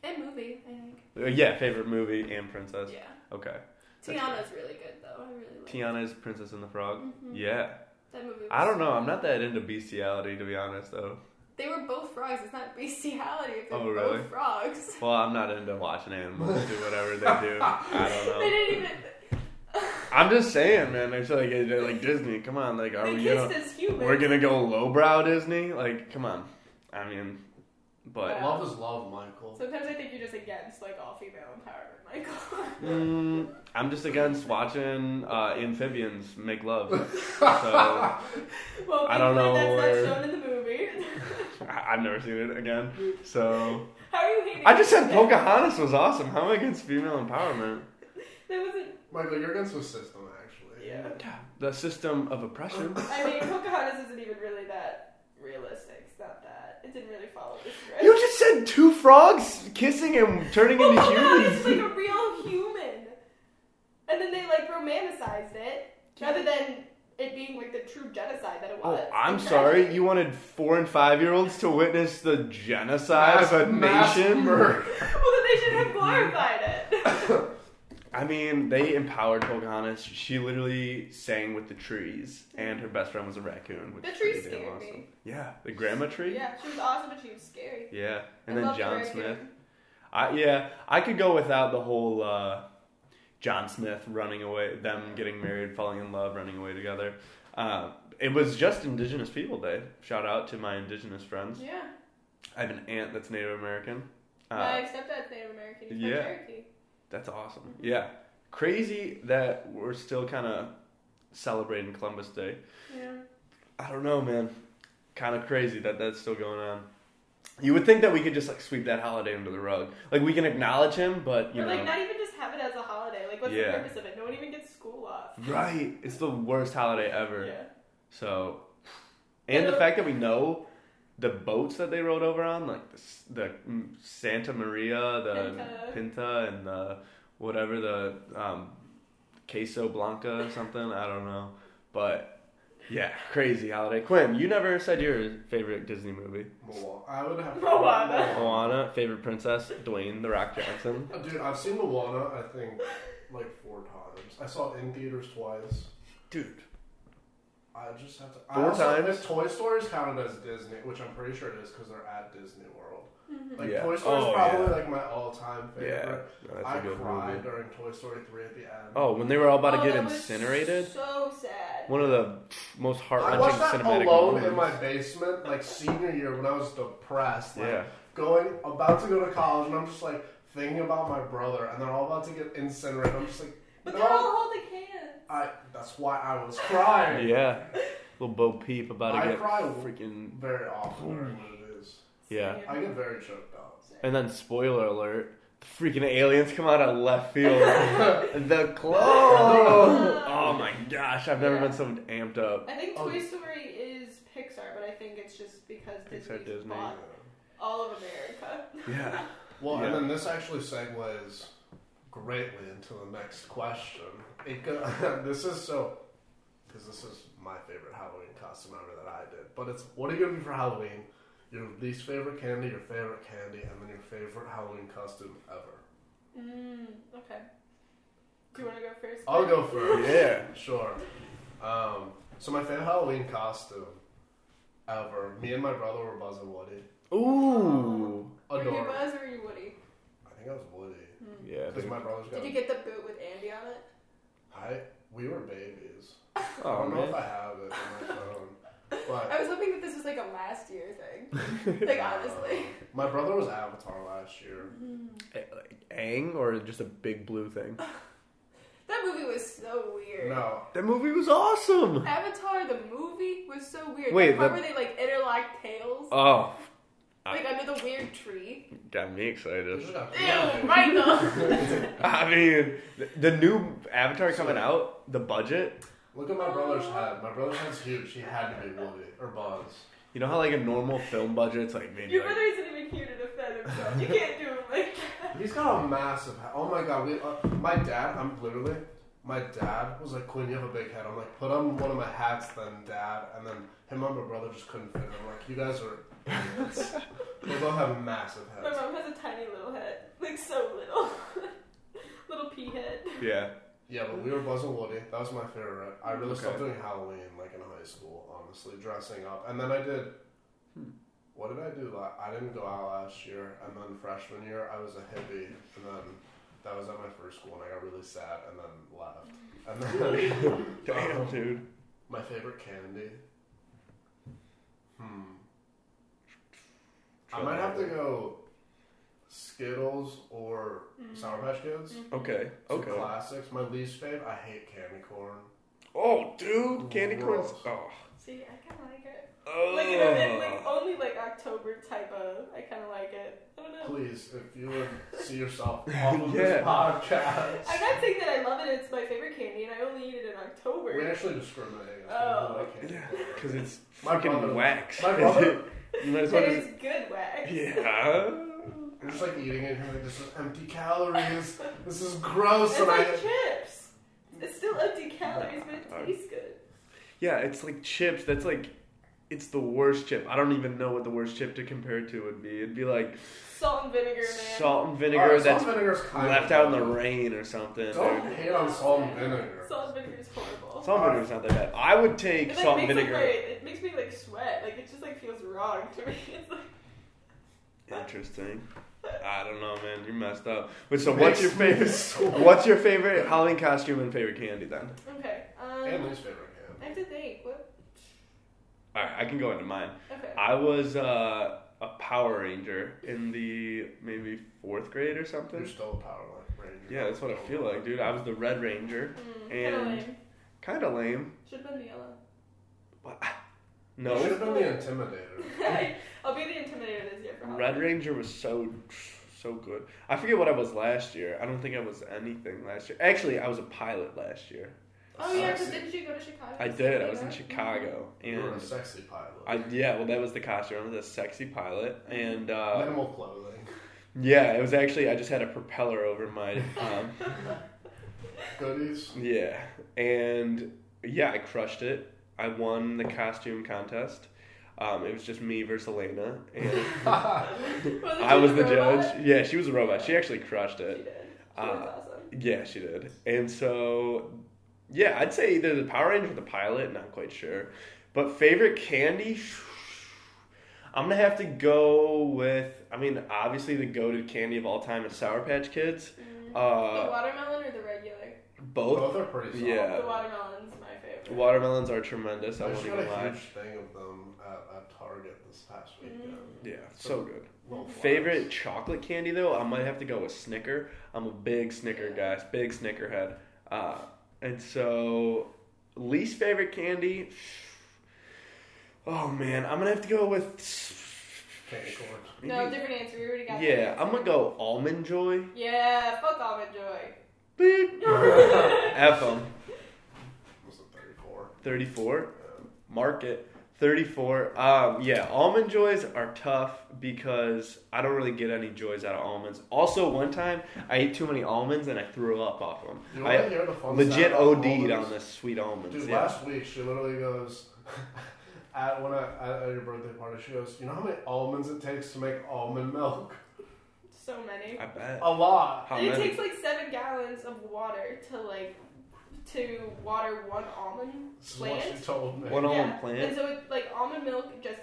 [SPEAKER 2] and movie. I think.
[SPEAKER 1] Uh, Yeah, favorite movie and princess.
[SPEAKER 2] Yeah,
[SPEAKER 1] Okay. That's
[SPEAKER 2] Tiana's really good though. I really like.
[SPEAKER 1] Tiana's Princess and the Frog.
[SPEAKER 2] Mhm.
[SPEAKER 1] Yeah.
[SPEAKER 2] That movie. Was
[SPEAKER 1] I don't know. I'm not that into bestiality, to be honest, though.
[SPEAKER 2] They were both frogs. It's not bestiality. If they're
[SPEAKER 1] Oh, really?
[SPEAKER 2] both frogs.
[SPEAKER 1] Well, I'm not into watching animals do whatever they do. I don't
[SPEAKER 2] They
[SPEAKER 1] know.
[SPEAKER 2] didn't even.
[SPEAKER 1] I'm just saying, man. It's like they're like Disney. Come on, like are
[SPEAKER 2] they
[SPEAKER 1] we
[SPEAKER 2] kissed
[SPEAKER 1] gonna
[SPEAKER 2] as humans.
[SPEAKER 1] we're gonna go lowbrow Disney? Like, come on. I mean, but
[SPEAKER 2] Yeah.
[SPEAKER 3] Love is love, Michael.
[SPEAKER 2] Sometimes I think you're just against like all female empowerment, Michael.
[SPEAKER 1] Mm, I'm just against watching uh, amphibians make love. So I-
[SPEAKER 2] well,
[SPEAKER 1] I don't
[SPEAKER 2] thankfully
[SPEAKER 1] know
[SPEAKER 2] That's
[SPEAKER 1] where-
[SPEAKER 2] not shown in the movie.
[SPEAKER 1] I've never seen it again. So
[SPEAKER 2] How are you hating?
[SPEAKER 1] I just said
[SPEAKER 2] that?
[SPEAKER 1] Pocahontas was awesome. How am I against female empowerment?
[SPEAKER 2] That wasn't.
[SPEAKER 3] Michael, you're against the system, actually.
[SPEAKER 2] Yeah.
[SPEAKER 1] The system of oppression.
[SPEAKER 2] I mean, Pocahontas isn't even really that realistic. It's not that. It didn't really follow the script.
[SPEAKER 1] You just said two frogs kissing and turning
[SPEAKER 2] well,
[SPEAKER 1] into
[SPEAKER 2] Pocahontas is like
[SPEAKER 1] humans.
[SPEAKER 2] a real human, and then they like romanticized it, rather than it being like the true genocide that it was.
[SPEAKER 1] Oh, I'm
[SPEAKER 2] And
[SPEAKER 1] sorry.
[SPEAKER 2] tragic.
[SPEAKER 1] You wanted four and five year olds to witness the genocide
[SPEAKER 3] Mass-
[SPEAKER 1] of a
[SPEAKER 3] mass
[SPEAKER 1] nation.
[SPEAKER 2] well,
[SPEAKER 3] murder.
[SPEAKER 2] then they should have glorified it.
[SPEAKER 1] I mean, they empowered Pocahontas. She literally sang with the trees, and her best friend was a raccoon. Which
[SPEAKER 2] The
[SPEAKER 1] is
[SPEAKER 2] tree
[SPEAKER 1] pretty damn
[SPEAKER 2] scared
[SPEAKER 1] awesome.
[SPEAKER 2] me.
[SPEAKER 1] Yeah, the grandma tree.
[SPEAKER 2] yeah, she was awesome, but she was scary.
[SPEAKER 1] Yeah,
[SPEAKER 2] I
[SPEAKER 1] and then
[SPEAKER 2] love the
[SPEAKER 1] John
[SPEAKER 2] raccoon.
[SPEAKER 1] Smith. I yeah, I could go without the whole uh, John Smith running away, them getting married, falling in love, running away together. Uh, it was just Indigenous People Day. Shout out to my Indigenous friends.
[SPEAKER 2] Yeah,
[SPEAKER 1] I have an aunt that's Native American. Uh,
[SPEAKER 2] my stepdad's Native American. He's
[SPEAKER 1] yeah.
[SPEAKER 2] from Cherokee.
[SPEAKER 1] That's awesome. Yeah, crazy that we're still kind of celebrating Columbus Day.
[SPEAKER 2] Yeah.
[SPEAKER 1] I don't know, man. Kind of crazy that that's still going on. You would think that we could just like sweep that holiday under the rug. Like we can acknowledge him, but you
[SPEAKER 2] or
[SPEAKER 1] know,
[SPEAKER 2] like not even just have it as a holiday. Like what's
[SPEAKER 1] Yeah.
[SPEAKER 2] the purpose of it? No one even gets school off.
[SPEAKER 1] right? It's the worst holiday ever.
[SPEAKER 2] Yeah.
[SPEAKER 1] So, and the
[SPEAKER 2] Yeah.
[SPEAKER 1] fact that we know the boats that they rode over on, like the, s- the mm, Santa Maria, the Pinta,
[SPEAKER 2] Pinta.
[SPEAKER 1] and the whatever the um, Queso Blanca or something. I don't know, but yeah, crazy holiday. Quinn, you never said your favorite Disney movie.
[SPEAKER 3] Moana. I would have
[SPEAKER 2] Moana.
[SPEAKER 1] Moana, favorite princess, Dwayne the Rock Johnson.
[SPEAKER 3] Dude, I've seen Moana. I think like four times. I saw it in theaters twice.
[SPEAKER 1] Dude,
[SPEAKER 3] I just have to.
[SPEAKER 1] Four
[SPEAKER 3] I also,
[SPEAKER 1] times?
[SPEAKER 3] If Toy Story is counted as Disney, which I'm pretty sure it is because they're at Disney World. Like
[SPEAKER 1] Yeah.
[SPEAKER 3] Toy Story
[SPEAKER 1] Oh,
[SPEAKER 3] is probably
[SPEAKER 1] yeah.
[SPEAKER 3] like my all-time favorite.
[SPEAKER 1] No, that's
[SPEAKER 3] I
[SPEAKER 1] a good
[SPEAKER 3] cried
[SPEAKER 1] movie.
[SPEAKER 3] during Toy Story three at the end.
[SPEAKER 1] Oh, when they were all about
[SPEAKER 2] Oh,
[SPEAKER 1] to get
[SPEAKER 2] that was
[SPEAKER 1] incinerated.
[SPEAKER 2] So sad.
[SPEAKER 1] One of the most
[SPEAKER 3] I watched
[SPEAKER 1] heart-wrenching
[SPEAKER 3] that
[SPEAKER 1] cinematic
[SPEAKER 3] alone
[SPEAKER 1] moments.
[SPEAKER 3] in my basement, like senior year, when I was depressed. Like,
[SPEAKER 1] Yeah.
[SPEAKER 3] Going, about to go to college, and I'm just like thinking about my brother, and they're all about to get incinerated. I'm just like,
[SPEAKER 2] But
[SPEAKER 3] no,
[SPEAKER 2] they're all holding hands.
[SPEAKER 3] I. That's why I was crying.
[SPEAKER 1] Yeah. Little Bo Peep about to
[SPEAKER 3] I
[SPEAKER 1] get
[SPEAKER 3] cry
[SPEAKER 1] freaking.
[SPEAKER 3] Very often during movies.
[SPEAKER 1] Yeah.
[SPEAKER 2] Singing.
[SPEAKER 3] I get very choked up.
[SPEAKER 1] And then, spoiler alert, the freaking aliens come out of left field. the clone! Oh my gosh, I've never been so amped up.
[SPEAKER 2] I think
[SPEAKER 3] Oh.
[SPEAKER 2] Toy Story is Pixar, but I think it's just because
[SPEAKER 1] Pixar,
[SPEAKER 2] Disney
[SPEAKER 1] Disney.
[SPEAKER 2] bought all of America.
[SPEAKER 1] Yeah.
[SPEAKER 3] Well,
[SPEAKER 1] Yeah.
[SPEAKER 3] and then this actually segues greatly into the next question. It go- this is so because this is my favorite Halloween costume ever that I did. But it's what are you gonna do for Halloween? Your least favorite candy, your favorite candy, and then your favorite Halloween costume ever.
[SPEAKER 2] Mm, okay. Do you want to go first?
[SPEAKER 3] I'll go first.
[SPEAKER 1] Yeah.
[SPEAKER 3] Sure. Um, So my favorite Halloween costume ever. Me and my brother were Buzz and Woody.
[SPEAKER 1] Ooh.
[SPEAKER 2] Were you
[SPEAKER 3] Adorable.
[SPEAKER 2] Buzz or were you Woody?
[SPEAKER 3] I think I was Woody.
[SPEAKER 1] Yeah.
[SPEAKER 3] Because my brother's got.
[SPEAKER 2] Did you get the boot with Andy on it?
[SPEAKER 3] I we were babies. I
[SPEAKER 1] Oh
[SPEAKER 3] don't know if
[SPEAKER 1] man.
[SPEAKER 3] I have it on my phone, but
[SPEAKER 2] I was hoping that this was like a last year thing. Like honestly. Mm.
[SPEAKER 3] uh, my brother was Avatar last year.
[SPEAKER 1] Ang Eh, or just a big blue thing?
[SPEAKER 2] That movie was so weird.
[SPEAKER 3] No,
[SPEAKER 1] That movie was awesome.
[SPEAKER 2] Avatar the movie was so weird.
[SPEAKER 1] Wait,
[SPEAKER 2] the part
[SPEAKER 1] the-
[SPEAKER 2] where they like interlock tails,
[SPEAKER 1] Oh,
[SPEAKER 2] like under the weird tree.
[SPEAKER 1] got me
[SPEAKER 3] we
[SPEAKER 1] excited.
[SPEAKER 3] just got-
[SPEAKER 2] Ew, Michael.
[SPEAKER 1] I mean, th- the new Avatar coming out, the budget.
[SPEAKER 3] Look at my brother's head. My brother's head's huge. He had to be Woody or Buzz.
[SPEAKER 1] You know how like a normal film budget's like maybe
[SPEAKER 2] Your
[SPEAKER 1] like,
[SPEAKER 2] brother isn't even here to defend himself. You can't do him like that.
[SPEAKER 3] He's got a massive head. Oh my god, we, uh, my dad, I'm literally, my dad was like, Quinn, you have a big head. I'm like, put on one of my hats then, dad. And then him and my brother just couldn't fit. I'm like, you guys are, idiots. we both have massive
[SPEAKER 2] My
[SPEAKER 3] heads.
[SPEAKER 2] mom has a tiny little head, like so little, little pea head.
[SPEAKER 1] yeah.
[SPEAKER 3] Yeah, but we were Buzz and Woody. That was my favorite. I really stopped
[SPEAKER 1] Okay.
[SPEAKER 3] doing Halloween like in high school, honestly, dressing up. And then I did. What did I do? la- I didn't go out last year, and then freshman year I was a hippie, and then that was at my first school, and I got really sad, and then left. And then
[SPEAKER 1] Damn,
[SPEAKER 3] um,
[SPEAKER 1] dude.
[SPEAKER 3] my favorite candy. Hmm. I might have to go Skittles or
[SPEAKER 2] Mm.
[SPEAKER 3] Sour Patch Kids.
[SPEAKER 2] Mm-hmm.
[SPEAKER 1] Okay.
[SPEAKER 3] Two
[SPEAKER 1] Okay.
[SPEAKER 3] classics. My least favorite. I hate candy corn.
[SPEAKER 1] Oh, dude, candy corns.
[SPEAKER 3] Gross.
[SPEAKER 1] Oh.
[SPEAKER 2] See, I kind of like it.
[SPEAKER 1] oh.
[SPEAKER 2] Like, in a, in, like only like October type of. I kind of like it. I don't know.
[SPEAKER 3] Please, if you would see yourself off of
[SPEAKER 1] Yeah.
[SPEAKER 3] this podcast.
[SPEAKER 2] I'm not saying that I love it. It's my favorite candy, and I only eat it in October.
[SPEAKER 3] We actually discriminate.
[SPEAKER 2] Oh.
[SPEAKER 3] I can't.
[SPEAKER 1] yeah, because it's
[SPEAKER 3] My
[SPEAKER 1] fucking
[SPEAKER 3] brother-
[SPEAKER 1] wax.
[SPEAKER 3] my brother-
[SPEAKER 1] you might as
[SPEAKER 2] But
[SPEAKER 1] well just.
[SPEAKER 2] it's good wax.
[SPEAKER 1] Yeah.
[SPEAKER 3] You're just like eating it, and you're like, this is empty calories. This is gross.
[SPEAKER 2] It's
[SPEAKER 3] And I,
[SPEAKER 2] like chips. It's still empty calories, but it tastes good.
[SPEAKER 1] Yeah, it's like chips. That's like, it's the worst chip. I don't even know what the worst chip to compare it to would be. It'd be like
[SPEAKER 2] Salt and vinegar, man.
[SPEAKER 1] salt and vinegar
[SPEAKER 3] Alright,
[SPEAKER 1] that's
[SPEAKER 3] salt and vinegar's kind
[SPEAKER 1] left
[SPEAKER 3] of-
[SPEAKER 1] out in the rain or something.
[SPEAKER 3] don't
[SPEAKER 1] dude.
[SPEAKER 3] hate on salt and vinegar.
[SPEAKER 2] Salt and vinegar is horrible.
[SPEAKER 1] Salt and vinegar's not that bad. I would take
[SPEAKER 2] It
[SPEAKER 1] salt
[SPEAKER 2] like
[SPEAKER 1] and
[SPEAKER 2] makes like
[SPEAKER 1] vinegar.
[SPEAKER 2] my, it makes me like sweat. Like it just like feels wrong to me. It's like
[SPEAKER 1] Interesting. I don't know, man. You're messed up. But so, what's your
[SPEAKER 3] Makes me
[SPEAKER 1] favorite?
[SPEAKER 3] sweat.
[SPEAKER 1] What's your favorite Halloween costume and favorite candy then?
[SPEAKER 2] okay.
[SPEAKER 3] And
[SPEAKER 2] Um,
[SPEAKER 3] least favorite
[SPEAKER 2] I
[SPEAKER 3] candy.
[SPEAKER 2] have to think. What?
[SPEAKER 1] All right, I can go into mine.
[SPEAKER 2] Okay.
[SPEAKER 1] I was uh, a Power Ranger in the maybe fourth grade or
[SPEAKER 3] You're
[SPEAKER 1] something.
[SPEAKER 3] still a power line ranger.
[SPEAKER 1] Yeah, that's what I feel like, dude. I was the Red Ranger.
[SPEAKER 2] Mm, kind of
[SPEAKER 1] And-
[SPEAKER 2] lame.
[SPEAKER 1] Kind of lame.
[SPEAKER 2] Should have been the yellow.
[SPEAKER 1] But
[SPEAKER 3] You should
[SPEAKER 1] no,
[SPEAKER 3] have been the intimidator.
[SPEAKER 2] I'll be the intimidator this year for Halloween.
[SPEAKER 1] Red Ranger was so so good. I forget what I was last year. I don't think I was anything last year. Actually, I was a pilot last year.
[SPEAKER 2] Oh yeah, because
[SPEAKER 3] Sexy.
[SPEAKER 2] didn't you go to Chicago?
[SPEAKER 1] I
[SPEAKER 2] to
[SPEAKER 1] did. I
[SPEAKER 2] do
[SPEAKER 1] was in
[SPEAKER 2] that?
[SPEAKER 1] Chicago,
[SPEAKER 3] You were a
[SPEAKER 1] and
[SPEAKER 3] sexy pilot.
[SPEAKER 1] I yeah. Well, that was the costume. I was a sexy pilot,
[SPEAKER 2] Mm-hmm.
[SPEAKER 1] and uh,
[SPEAKER 3] Minimal clothing.
[SPEAKER 1] yeah, it was actually I just had a propeller over my um,
[SPEAKER 3] Goodies.
[SPEAKER 1] Yeah, and yeah, I crushed it. I won the costume contest. Um, it was just me versus Elena, and
[SPEAKER 2] Wasn't
[SPEAKER 1] I
[SPEAKER 2] she
[SPEAKER 1] was
[SPEAKER 2] the
[SPEAKER 1] the
[SPEAKER 2] robot?
[SPEAKER 1] judge. Yeah, she was a robot. She actually crushed
[SPEAKER 2] She
[SPEAKER 1] it.
[SPEAKER 2] did. She was
[SPEAKER 1] Uh,
[SPEAKER 2] awesome.
[SPEAKER 1] Yeah, she did. And so, yeah, I'd say either the Power Ranger or the pilot. Not quite sure, but favorite candy. I'm gonna have to go with. I mean, obviously the goaded candy of all time is Sour Patch Kids.
[SPEAKER 2] the
[SPEAKER 1] Uh,
[SPEAKER 2] watermelon or the regular?
[SPEAKER 1] both
[SPEAKER 3] Both are pretty solid.
[SPEAKER 1] Yeah.
[SPEAKER 2] the watermelon's my favorite.
[SPEAKER 1] watermelons are tremendous. I
[SPEAKER 3] I
[SPEAKER 1] won't
[SPEAKER 3] just
[SPEAKER 1] even
[SPEAKER 3] got a
[SPEAKER 1] lie.
[SPEAKER 3] huge thing of them at, at Target this past
[SPEAKER 2] Mm-hmm. Mm.
[SPEAKER 3] weekend.
[SPEAKER 1] Yeah, so good.
[SPEAKER 3] Little flags.
[SPEAKER 1] Favorite chocolate candy though, I might have to go with Snicker. I'm a big Snicker guy, big Snicker head. Uh, and so, least favorite candy. Oh man, I'm gonna have to go with.
[SPEAKER 3] Candy corn.
[SPEAKER 2] No, different answer. We already got that
[SPEAKER 1] Yeah,
[SPEAKER 2] answer.
[SPEAKER 1] I'm gonna go almond joy.
[SPEAKER 2] Yeah, fuck almond joy.
[SPEAKER 1] Beep. F 'em.
[SPEAKER 3] Was it 34?
[SPEAKER 1] 34.
[SPEAKER 3] Yeah.
[SPEAKER 1] Market. 34. Um, yeah, almond joys are tough because I don't really get any joys out of almonds. Also, one time I ate too many almonds and I threw up off them.
[SPEAKER 3] You
[SPEAKER 1] I
[SPEAKER 3] wanna hear the fun
[SPEAKER 1] legit
[SPEAKER 3] stat
[SPEAKER 1] OD'd
[SPEAKER 3] about almonds?
[SPEAKER 1] on the sweet almonds.
[SPEAKER 3] Dude,
[SPEAKER 1] yeah.
[SPEAKER 3] last week she literally goes at when I at, at your birthday party. She goes, "You know how many almonds it takes to make almond milk?
[SPEAKER 2] So many.
[SPEAKER 1] I bet.
[SPEAKER 3] A lot."
[SPEAKER 1] How
[SPEAKER 2] it
[SPEAKER 1] many?
[SPEAKER 2] takes like seven gallons of water to like
[SPEAKER 5] to water one almond
[SPEAKER 3] This is what
[SPEAKER 5] plant.
[SPEAKER 3] she told me.
[SPEAKER 1] One
[SPEAKER 5] Yeah.
[SPEAKER 1] almond
[SPEAKER 5] And
[SPEAKER 1] plant.
[SPEAKER 5] so it's like almond milk just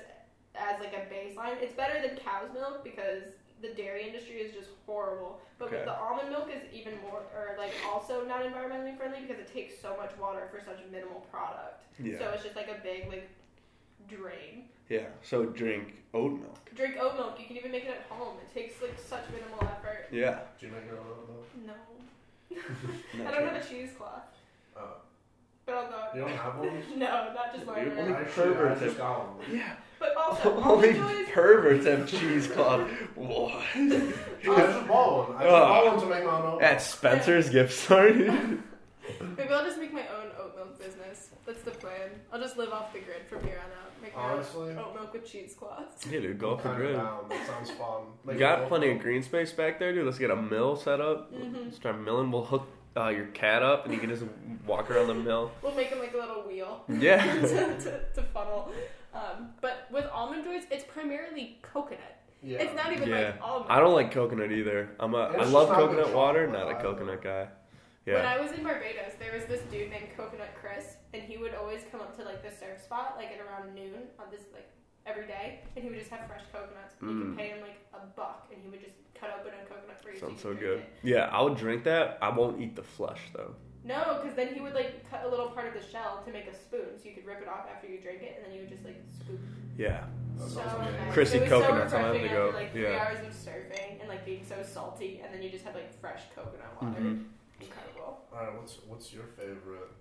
[SPEAKER 5] as like a baseline. It's better than cow's milk because the dairy industry is just horrible. But
[SPEAKER 1] Okay.
[SPEAKER 5] the almond milk is even more or like also not environmentally friendly because it takes so much water for such minimal product. So
[SPEAKER 1] Yeah.
[SPEAKER 5] it's just like a big like drain.
[SPEAKER 1] Yeah. So drink oat milk.
[SPEAKER 5] Drink oat milk. You can even make it at home. It takes like such minimal effort.
[SPEAKER 1] Yeah.
[SPEAKER 3] Do you make your own oatmeal?
[SPEAKER 5] No.
[SPEAKER 1] No
[SPEAKER 5] I don't
[SPEAKER 1] kidding.
[SPEAKER 5] have a cheesecloth.
[SPEAKER 3] Oh.
[SPEAKER 5] But I'll
[SPEAKER 3] You
[SPEAKER 5] go.
[SPEAKER 3] don't have one?
[SPEAKER 5] no, not just
[SPEAKER 1] You
[SPEAKER 5] mine.
[SPEAKER 1] only-
[SPEAKER 3] I actually, I
[SPEAKER 1] perverts
[SPEAKER 3] just
[SPEAKER 1] it.
[SPEAKER 3] got one.
[SPEAKER 1] Yeah.
[SPEAKER 5] But also,
[SPEAKER 1] Only
[SPEAKER 5] almond joy is
[SPEAKER 1] perverts have cheesecloth. What?
[SPEAKER 3] I just bought one. I just
[SPEAKER 1] Ugh.
[SPEAKER 3] bought one to make my own oatmeal.
[SPEAKER 1] At Spencer's gift store. dude.
[SPEAKER 2] Maybe I'll just make my own oat milk business. That's the plan. I'll just live off the grid from here on out. Make my
[SPEAKER 3] Honestly,
[SPEAKER 2] own oat milk with cheesecloths.
[SPEAKER 1] yeah, dude. Go off the
[SPEAKER 3] kinda
[SPEAKER 1] grid.
[SPEAKER 3] down. That sounds fun.
[SPEAKER 1] You
[SPEAKER 3] Like,
[SPEAKER 1] got
[SPEAKER 3] oatmeal.
[SPEAKER 1] plenty of green space back there, dude. Let's get a mill set up.
[SPEAKER 2] Mm-hmm.
[SPEAKER 5] Mhm.
[SPEAKER 1] Let's start milling. We'll hook uh, your cat up, and you can just walk around the mill.
[SPEAKER 2] We'll make them like a little wheel to,
[SPEAKER 1] Yeah.
[SPEAKER 2] to, to funnel. Um, but with almond joys, it's primarily coconut.
[SPEAKER 3] Yeah.
[SPEAKER 2] It's not even
[SPEAKER 1] Yeah.
[SPEAKER 2] like almond.
[SPEAKER 1] I don't like coconut either. I'm a.
[SPEAKER 3] It's
[SPEAKER 1] I
[SPEAKER 3] just
[SPEAKER 1] love
[SPEAKER 3] not
[SPEAKER 1] coconut
[SPEAKER 3] good
[SPEAKER 1] water.
[SPEAKER 3] chocolate
[SPEAKER 1] Not a
[SPEAKER 3] either.
[SPEAKER 1] coconut guy.
[SPEAKER 2] When
[SPEAKER 1] Yeah.
[SPEAKER 2] I was in Barbados, there was this dude named Coconut Chris, and he would always come up to like the surf spot, like at around noon on this like every day, and he would just have fresh coconuts. And You
[SPEAKER 1] Mm.
[SPEAKER 2] could pay him like a buck, and he would just cut open a coconut for you.
[SPEAKER 1] Sounds
[SPEAKER 2] you
[SPEAKER 1] so
[SPEAKER 2] could
[SPEAKER 1] good.
[SPEAKER 2] drink it.
[SPEAKER 1] Yeah, I would drink that. I won't eat the flesh though.
[SPEAKER 2] No, because then he would like cut a little part of the shell to make a spoon, so you could rip it off after you drink it, and then you would just like scoop.
[SPEAKER 1] Yeah.
[SPEAKER 3] That
[SPEAKER 2] So
[SPEAKER 3] sounds amazing.
[SPEAKER 2] nice.
[SPEAKER 1] Crispy
[SPEAKER 2] it was
[SPEAKER 1] coconuts,
[SPEAKER 2] So
[SPEAKER 1] I'm gonna have to
[SPEAKER 2] refreshing
[SPEAKER 1] go-
[SPEAKER 2] After, like three
[SPEAKER 1] yeah.
[SPEAKER 2] hours of surfing and like being so salty, and then you just have like fresh coconut water.
[SPEAKER 1] Mhm.
[SPEAKER 2] Incredible.
[SPEAKER 3] All right, what's what's your favorite?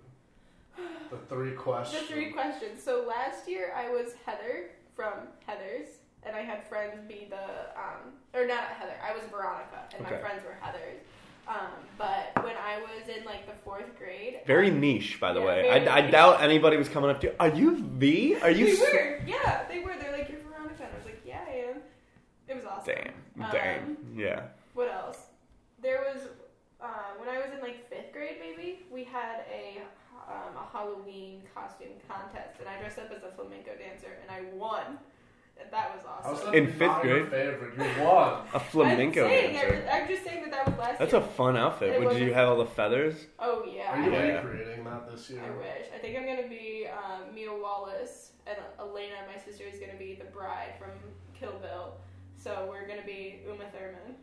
[SPEAKER 3] The three questions.
[SPEAKER 2] The three questions. So last year I was Heather from Heather's, and I had friends be the um, or not Heather. I was Veronica, and
[SPEAKER 1] Okay.
[SPEAKER 2] my friends were Heather's. Um, but when I was in like the fourth grade,
[SPEAKER 1] Very niche, by the
[SPEAKER 2] Yeah,
[SPEAKER 1] way.
[SPEAKER 2] very
[SPEAKER 1] I, I
[SPEAKER 2] niche.
[SPEAKER 1] doubt anybody was coming up to you. Are you V? Are you?
[SPEAKER 2] they
[SPEAKER 1] s-"
[SPEAKER 2] were, yeah, they were. They're like, you're Veronica. And I was like, yeah, I am. It was awesome.
[SPEAKER 1] Damn.
[SPEAKER 2] um,
[SPEAKER 1] Damn. Yeah.
[SPEAKER 2] What else? There was uh, when I was in like fifth grade, maybe we had a um, a Halloween costume contest, and I dressed up as a flamenco dancer, and I won. And That was
[SPEAKER 3] I was
[SPEAKER 2] awesome.
[SPEAKER 3] like,
[SPEAKER 1] In fifth
[SPEAKER 3] not your
[SPEAKER 1] grade?
[SPEAKER 3] favorite. You won.
[SPEAKER 1] A flamenco
[SPEAKER 2] I'm, saying,
[SPEAKER 1] dancer.
[SPEAKER 2] I, am just saying that that was last
[SPEAKER 1] That's
[SPEAKER 2] year.
[SPEAKER 1] a fun outfit.
[SPEAKER 2] It
[SPEAKER 1] Would you
[SPEAKER 2] wasn't-
[SPEAKER 1] have all the feathers?
[SPEAKER 2] oh yeah.
[SPEAKER 3] Are you
[SPEAKER 1] Yeah.
[SPEAKER 3] recreating that this year?
[SPEAKER 2] I wish. I think I'm gonna be um, Mia Wallace, and Elena, my sister, is gonna be the bride from Kill Bill. So we're gonna be Uma Thurman,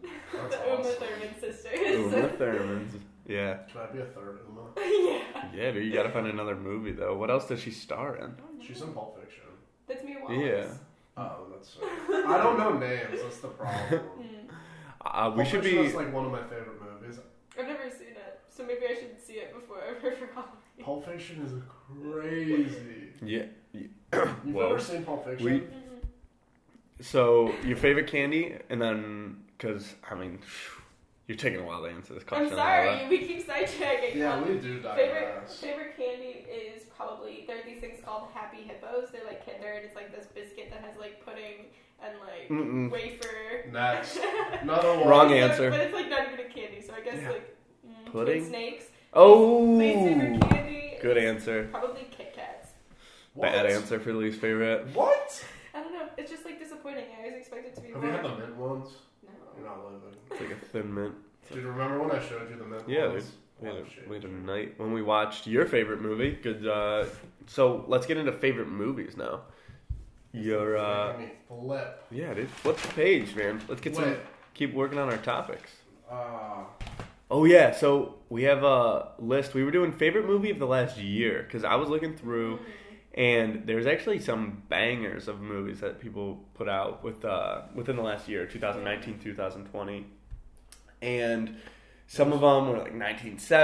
[SPEAKER 3] That's
[SPEAKER 2] the Uma
[SPEAKER 3] awesome.
[SPEAKER 2] Thurman
[SPEAKER 1] Ooh,
[SPEAKER 2] sisters.
[SPEAKER 1] the Thurmans. Yeah.
[SPEAKER 3] Can I be a third Uma?
[SPEAKER 2] yeah.
[SPEAKER 1] Yeah, dude, you gotta find another movie though. What else does she star in?
[SPEAKER 3] She's in Pulp Fiction.
[SPEAKER 2] That's Mia Wallace.
[SPEAKER 1] Yeah.
[SPEAKER 3] Oh, that's right. I don't know names. That's the problem.
[SPEAKER 2] Mm.
[SPEAKER 1] Uh, we
[SPEAKER 3] Pulp
[SPEAKER 1] should
[SPEAKER 3] Fiction
[SPEAKER 1] be.
[SPEAKER 3] is like one of my favorite movies.
[SPEAKER 2] I've never seen it, so maybe I should see it before I for Halloween.
[SPEAKER 3] Pulp Fiction is crazy.
[SPEAKER 1] Yeah.
[SPEAKER 3] You've
[SPEAKER 1] Whoa.
[SPEAKER 3] never seen Pulp Fiction?
[SPEAKER 1] We- So your favorite candy, and then because I mean, you're taking a while to answer this question.
[SPEAKER 2] I'm sorry, we keep sidetracking.
[SPEAKER 3] yeah,
[SPEAKER 2] Um,
[SPEAKER 3] we do
[SPEAKER 2] favorite
[SPEAKER 3] digress.
[SPEAKER 2] favorite candy is probably there are these things called Happy Hippos. They're like Kinder, and it's like this biscuit that has like pudding and like
[SPEAKER 1] Mm-mm.
[SPEAKER 2] wafer.
[SPEAKER 3] Next. Another one.
[SPEAKER 1] Wrong
[SPEAKER 2] So-
[SPEAKER 1] answer.
[SPEAKER 2] But it's like not even a candy, so I guess
[SPEAKER 1] Yeah.
[SPEAKER 2] like mm, twin
[SPEAKER 1] Pudding?
[SPEAKER 2] snakes. Least
[SPEAKER 1] Oh,
[SPEAKER 2] favorite candy.
[SPEAKER 1] good
[SPEAKER 2] is
[SPEAKER 1] answer.
[SPEAKER 2] Probably Kit Kats.
[SPEAKER 3] What?
[SPEAKER 1] Bad answer for least favorite.
[SPEAKER 3] What?
[SPEAKER 2] I don't know. It's just like disappointing. I always expect it to be
[SPEAKER 3] Have
[SPEAKER 2] more.
[SPEAKER 3] you had the mint ones?
[SPEAKER 2] no.
[SPEAKER 3] You're not living.
[SPEAKER 1] It's like a thin mint.
[SPEAKER 3] Dude, remember when I showed you the mint
[SPEAKER 1] Yeah,
[SPEAKER 3] ones?
[SPEAKER 1] We had,
[SPEAKER 3] Oh,
[SPEAKER 1] a,
[SPEAKER 3] shit.
[SPEAKER 1] we had a night when we watched your favorite movie. Good. Uh, so let's get into favorite movies now. Your uh,
[SPEAKER 3] Making me flip.
[SPEAKER 1] yeah, dude. Flip the page, man. Let's get some.
[SPEAKER 3] Wait,
[SPEAKER 1] Keep working on our topics.
[SPEAKER 3] uh,
[SPEAKER 1] Oh yeah, so we have a list. We were doing favorite movie of the last year because I was looking through,
[SPEAKER 2] Mm-hmm.
[SPEAKER 1] and there's actually some bangers of movies that people put out with uh, within the last year, 2019, 2020, and some of them were like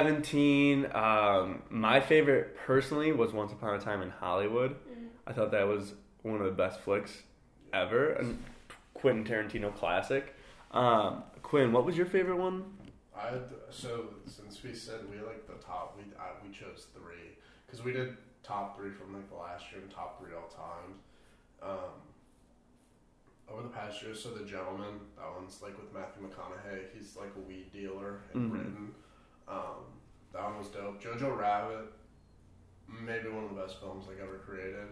[SPEAKER 1] 1917. Um, my favorite personally was Once Upon a Time in Hollywood.
[SPEAKER 2] Mm-hmm.
[SPEAKER 1] I thought that was one of the best flicks ever, and Quentin Tarantino classic. Um, Quinn, what was your favorite one?
[SPEAKER 3] I so since we said we like the top, we I, we chose three because we did top three from like the last year and top three all time. Um, over the past year, so the gentleman that one's like with Matthew McConaughey. He's like a weed dealer in
[SPEAKER 1] Mhm.
[SPEAKER 3] Britain. Um, that one was dope. Jojo Rabbit, maybe one of the best films like ever created.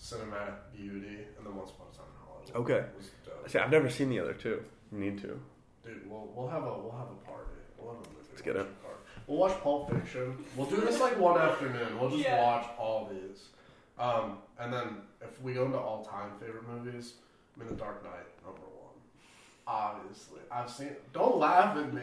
[SPEAKER 3] Cinematic beauty, and then Once Upon a Time in Hollywood.
[SPEAKER 1] Okay.
[SPEAKER 3] was dope.
[SPEAKER 1] See, I've never seen the other two. Need to.
[SPEAKER 3] Dude, we'll we'll have a we'll have a party. We'll have a movie
[SPEAKER 1] Let's get
[SPEAKER 3] watching party. We'll watch Pulp Fiction. We'll do this like one afternoon. We'll just
[SPEAKER 2] Yeah.
[SPEAKER 3] watch all these. Um, and then if we go into all time favorite movies, I mean, The Dark Knight, number one. Obviously. I've seen Don't laugh at me.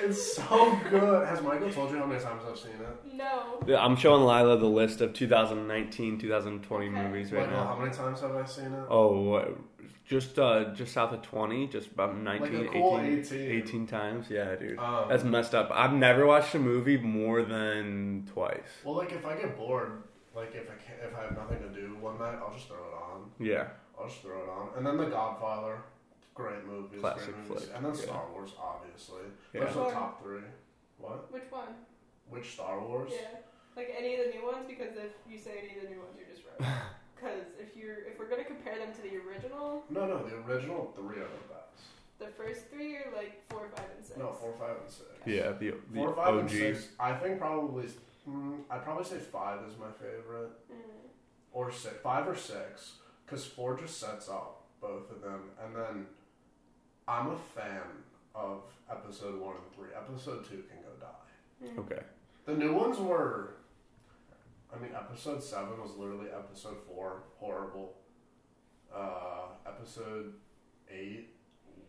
[SPEAKER 3] It's so good. Has Michael told you how many times I've seen it?
[SPEAKER 2] No.
[SPEAKER 1] Yeah, I'm showing Lila the list of 2019, 2020
[SPEAKER 2] Okay.
[SPEAKER 1] movies right
[SPEAKER 3] Michael,
[SPEAKER 1] now.
[SPEAKER 3] how many times have I seen it?
[SPEAKER 1] Oh, what- just uh, just south of 20, just about 19,
[SPEAKER 3] Like a cool
[SPEAKER 1] 18,
[SPEAKER 3] 18.
[SPEAKER 1] 18 times. Yeah, dude.
[SPEAKER 3] Um,
[SPEAKER 1] That's messed up. I've never watched a movie more than twice.
[SPEAKER 3] Well, like if I get bored, like if I can, if I have nothing to do one night, I'll just throw it on.
[SPEAKER 1] Yeah.
[SPEAKER 3] I'll just throw it on. And then The Godfather, great movies,
[SPEAKER 1] Classic
[SPEAKER 3] great movies.
[SPEAKER 1] flick,
[SPEAKER 3] And then
[SPEAKER 1] yeah.
[SPEAKER 3] Star Wars, obviously.
[SPEAKER 1] Yeah.
[SPEAKER 3] Those are the
[SPEAKER 2] Sure.
[SPEAKER 3] top three. What?
[SPEAKER 2] Which one?
[SPEAKER 3] Which Star Wars?
[SPEAKER 2] Yeah. Like any of the new ones, because if you say any of the new ones, you're just wrong. Because if you're if we're gonna compare them to the original,
[SPEAKER 3] No, no, the original three are the best.
[SPEAKER 2] the first three are like four, five, and six.
[SPEAKER 3] No, four, five, and six.
[SPEAKER 1] Yeah, the, the
[SPEAKER 3] Four, five, and
[SPEAKER 1] OG.
[SPEAKER 3] six. I think probably. Mm, I'd probably say five is my favorite,
[SPEAKER 2] Mm.
[SPEAKER 3] or six, five or six, because four just sets up both of them, and then I'm a fan of episode one and three. Episode two can go die.
[SPEAKER 2] Mm-hmm.
[SPEAKER 1] Okay.
[SPEAKER 3] The new ones were. I mean, episode seven was literally episode four, horrible. Uh, episode eight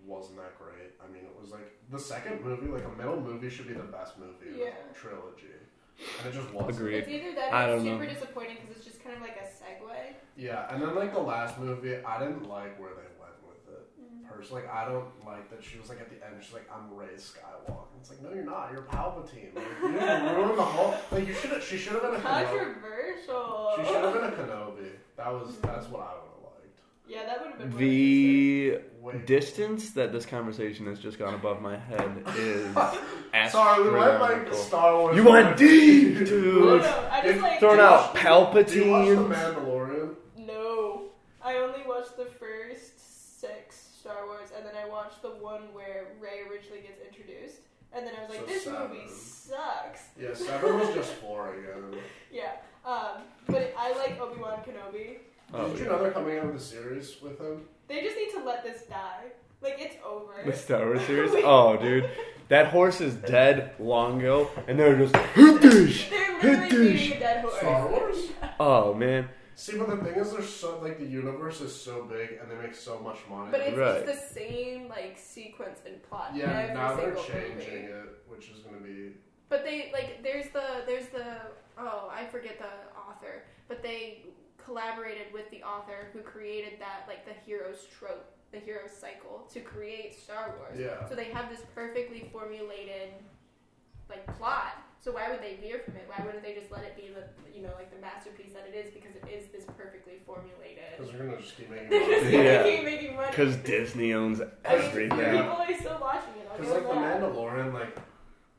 [SPEAKER 3] wasn't that great. I mean, it was like the second movie, like a middle movie, should be the best movie of the
[SPEAKER 2] Yeah.
[SPEAKER 3] trilogy, and it just wasn't.
[SPEAKER 1] Agreed.
[SPEAKER 2] It's either that
[SPEAKER 1] I
[SPEAKER 2] or it's
[SPEAKER 1] don't
[SPEAKER 2] super
[SPEAKER 1] know.
[SPEAKER 2] disappointing because it's just kind of like a segue.
[SPEAKER 3] Yeah, and then like the last movie, I didn't like where they went with it. Personally, like, I don't like that she was like at the end. She's like, "I'm Ray Skywalker." It's like, no, you're not. You're Palpatine. Like, you ruined the whole. Like, you should. She should have been a. Kenobi.
[SPEAKER 2] Controversial.
[SPEAKER 3] She should have been a Kenobi. That was that's what I would
[SPEAKER 2] Yeah, that would have been what I
[SPEAKER 1] The
[SPEAKER 3] have liked. Wait.
[SPEAKER 1] distance that this conversation has just gone above my head is
[SPEAKER 3] Sorry, we went like the
[SPEAKER 1] astronomical.
[SPEAKER 3] Star Wars.
[SPEAKER 1] You went deep,
[SPEAKER 2] would've
[SPEAKER 1] dude.
[SPEAKER 2] said. No, no, I
[SPEAKER 3] If
[SPEAKER 2] just like
[SPEAKER 1] Thrown
[SPEAKER 3] Do you
[SPEAKER 1] out
[SPEAKER 3] watch- Do you watch The
[SPEAKER 1] Palpatine.
[SPEAKER 3] Mandalorian?
[SPEAKER 2] No, I only watched the first six Star Wars, and then I watched the one where Ray originally gets introduced, and then I was like,
[SPEAKER 3] So
[SPEAKER 2] this
[SPEAKER 3] sad,
[SPEAKER 2] movie
[SPEAKER 3] man.
[SPEAKER 2] sucks.
[SPEAKER 3] Yeah, Seven was just four again.
[SPEAKER 2] Yeah, um, but I like Obi Wan Kenobi.
[SPEAKER 1] Oh,
[SPEAKER 3] Did you
[SPEAKER 1] yeah.
[SPEAKER 3] know they're coming out with a series with him?
[SPEAKER 2] They just need to let this die. Like it's over.
[SPEAKER 1] The Star Wars series?
[SPEAKER 2] We-
[SPEAKER 1] Oh, dude. That horse is dead long ago, and they're just, hit this!
[SPEAKER 2] They're
[SPEAKER 1] Hit
[SPEAKER 2] literally
[SPEAKER 1] this.
[SPEAKER 2] beating a dead horse.
[SPEAKER 3] Star Wars.
[SPEAKER 1] Oh, man.
[SPEAKER 3] See, but the thing is, there's so like the universe is so big and they make so much money.
[SPEAKER 2] But it's,
[SPEAKER 1] Right.
[SPEAKER 2] it's the same like sequence and plot. in
[SPEAKER 3] yeah,
[SPEAKER 2] every
[SPEAKER 3] now they're
[SPEAKER 2] single
[SPEAKER 3] changing
[SPEAKER 2] Movie.
[SPEAKER 3] it, which is gonna be
[SPEAKER 2] But they like there's the there's the oh I forget the author, but they collaborated with the author who created that like the hero's trope, the hero's cycle to create Star Wars.
[SPEAKER 3] yeah.
[SPEAKER 2] So they have this perfectly formulated like plot. So why would they veer from it? Why wouldn't they just let it be the you know like the masterpiece that it is because it is this perfectly formulated.
[SPEAKER 3] Because they're gonna just keep making.
[SPEAKER 2] They're just
[SPEAKER 3] money.
[SPEAKER 1] Yeah.
[SPEAKER 2] gonna keep making money.
[SPEAKER 1] Because Disney owns
[SPEAKER 2] I mean,
[SPEAKER 1] everything.
[SPEAKER 3] Yeah.
[SPEAKER 2] People are still watching it. I'll
[SPEAKER 3] Because
[SPEAKER 2] give
[SPEAKER 3] like the
[SPEAKER 2] them that.
[SPEAKER 3] Mandalorian, like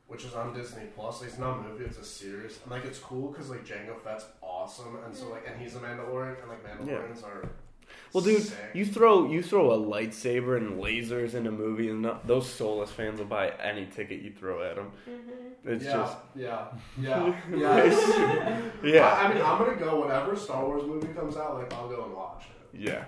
[SPEAKER 3] which is on Disney Plus, like, it's not a movie, it's a series, and like it's cool because like Django Fett's awesome, and so like and he's a Mandalorian, and like Mandalorians are
[SPEAKER 1] Well, dude,
[SPEAKER 3] sick.
[SPEAKER 1] you throw you throw a lightsaber and lasers in a movie, and no- those soulless fans will buy any ticket you throw at them. It's
[SPEAKER 2] Mm-hmm.
[SPEAKER 3] yeah,
[SPEAKER 1] just
[SPEAKER 3] yeah, yeah, yeah.
[SPEAKER 1] It's- yeah,
[SPEAKER 3] I, I mean, I'm gonna go whenever Star Wars movie comes out. Like I'll go and watch it,
[SPEAKER 1] yeah,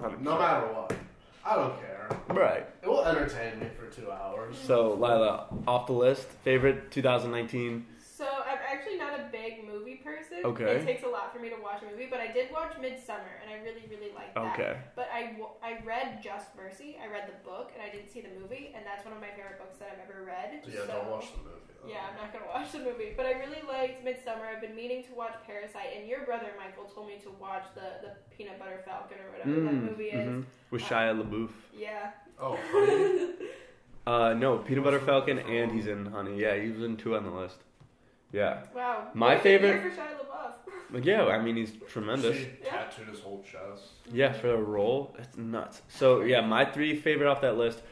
[SPEAKER 1] Hundred
[SPEAKER 3] no
[SPEAKER 1] percent.
[SPEAKER 3] matter what. I don't care.
[SPEAKER 1] right.
[SPEAKER 3] It will entertain me for two hours.
[SPEAKER 1] So, Lila, off the list, favorite 2019.
[SPEAKER 2] So I'm actually not a big movie person.
[SPEAKER 1] Okay.
[SPEAKER 2] It takes a lot for me to watch a movie, but I did watch Midsummer, and I really, really liked that.
[SPEAKER 1] Okay,
[SPEAKER 2] But I, w- I read Just Mercy. I read the book, and I didn't see the movie, and that's one of my favorite books that I've ever read.
[SPEAKER 3] Yeah,
[SPEAKER 2] so,
[SPEAKER 3] don't watch the uh, movie. Though.
[SPEAKER 2] Yeah, I'm not gonna watch the movie, but I really liked Midsummer. I've been meaning to watch Parasite, and your brother Michael told me to watch the the Peanut Butter Falcon or whatever that
[SPEAKER 1] Mm,
[SPEAKER 2] movie is.
[SPEAKER 1] mhm. with Shia LaBeouf.
[SPEAKER 2] Yeah.
[SPEAKER 3] Oh, honey.
[SPEAKER 1] Uh, no, Peanut Butter
[SPEAKER 3] What's
[SPEAKER 1] Falcon,
[SPEAKER 3] the-
[SPEAKER 1] and he's in Honey. Yeah, he was in two on the list. Yeah,
[SPEAKER 2] Wow.
[SPEAKER 1] My
[SPEAKER 2] What a year
[SPEAKER 1] favorite-
[SPEAKER 2] for Shia LaBeouf.
[SPEAKER 1] But yeah. I mean, he's tremendous.
[SPEAKER 3] She tattooed his whole chest.
[SPEAKER 1] Yeah, for a roll, it's nuts. So yeah, my three favorite off that list.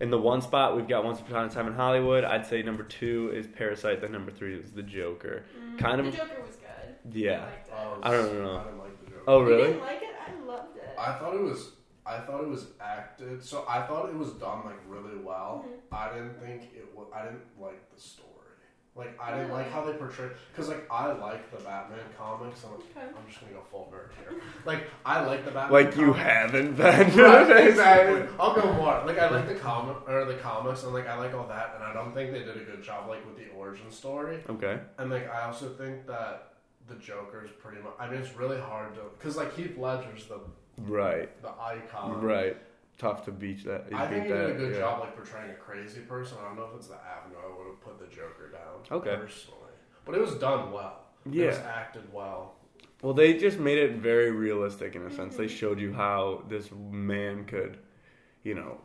[SPEAKER 1] In the one spot, we've got Once Upon a Time in Hollywood. I'd say number two is Parasite. Then number three is The Joker. Kind
[SPEAKER 2] Mm. the
[SPEAKER 1] of,
[SPEAKER 2] Joker was good. I
[SPEAKER 1] yeah.
[SPEAKER 2] liked it.
[SPEAKER 3] Oh,
[SPEAKER 1] I don't know.
[SPEAKER 3] I didn't like the joke.
[SPEAKER 1] Oh
[SPEAKER 2] You
[SPEAKER 1] really?
[SPEAKER 2] didn't like it? I loved it.
[SPEAKER 3] I thought it was. I thought it was acted. So
[SPEAKER 2] Mm-hmm.
[SPEAKER 3] I thought it was done like really well. I didn't think it was. I didn't like the story. Like I didn't like how they portray because like I like the Batman comics. I'm like
[SPEAKER 4] Okay.
[SPEAKER 3] I'm just gonna go full nerd here. Like I like the Batman.
[SPEAKER 1] Like you
[SPEAKER 3] comics.
[SPEAKER 1] haven't been.
[SPEAKER 3] Right, exactly. I'll go more. Like I like the comic or the comics and like I like all that and I don't think they did a good job like with the origin story.
[SPEAKER 1] Okay.
[SPEAKER 3] And like I also think that the Joker's pretty much I mean it's really hard to cuz like Heath Ledger's the
[SPEAKER 1] Right.
[SPEAKER 3] the icon.
[SPEAKER 1] Right. Tough to beat that.
[SPEAKER 3] Um, I think
[SPEAKER 1] beat
[SPEAKER 3] he did a
[SPEAKER 1] that,
[SPEAKER 3] good
[SPEAKER 1] yeah.
[SPEAKER 3] job like portraying a crazy person. I don't know if it's the avenue I would have put the Joker down
[SPEAKER 1] Okay.
[SPEAKER 3] personally. But it was done well. It was
[SPEAKER 1] Yeah.
[SPEAKER 3] acted well.
[SPEAKER 1] Well, they just made it very realistic in a sense. They showed you how this man could, you know,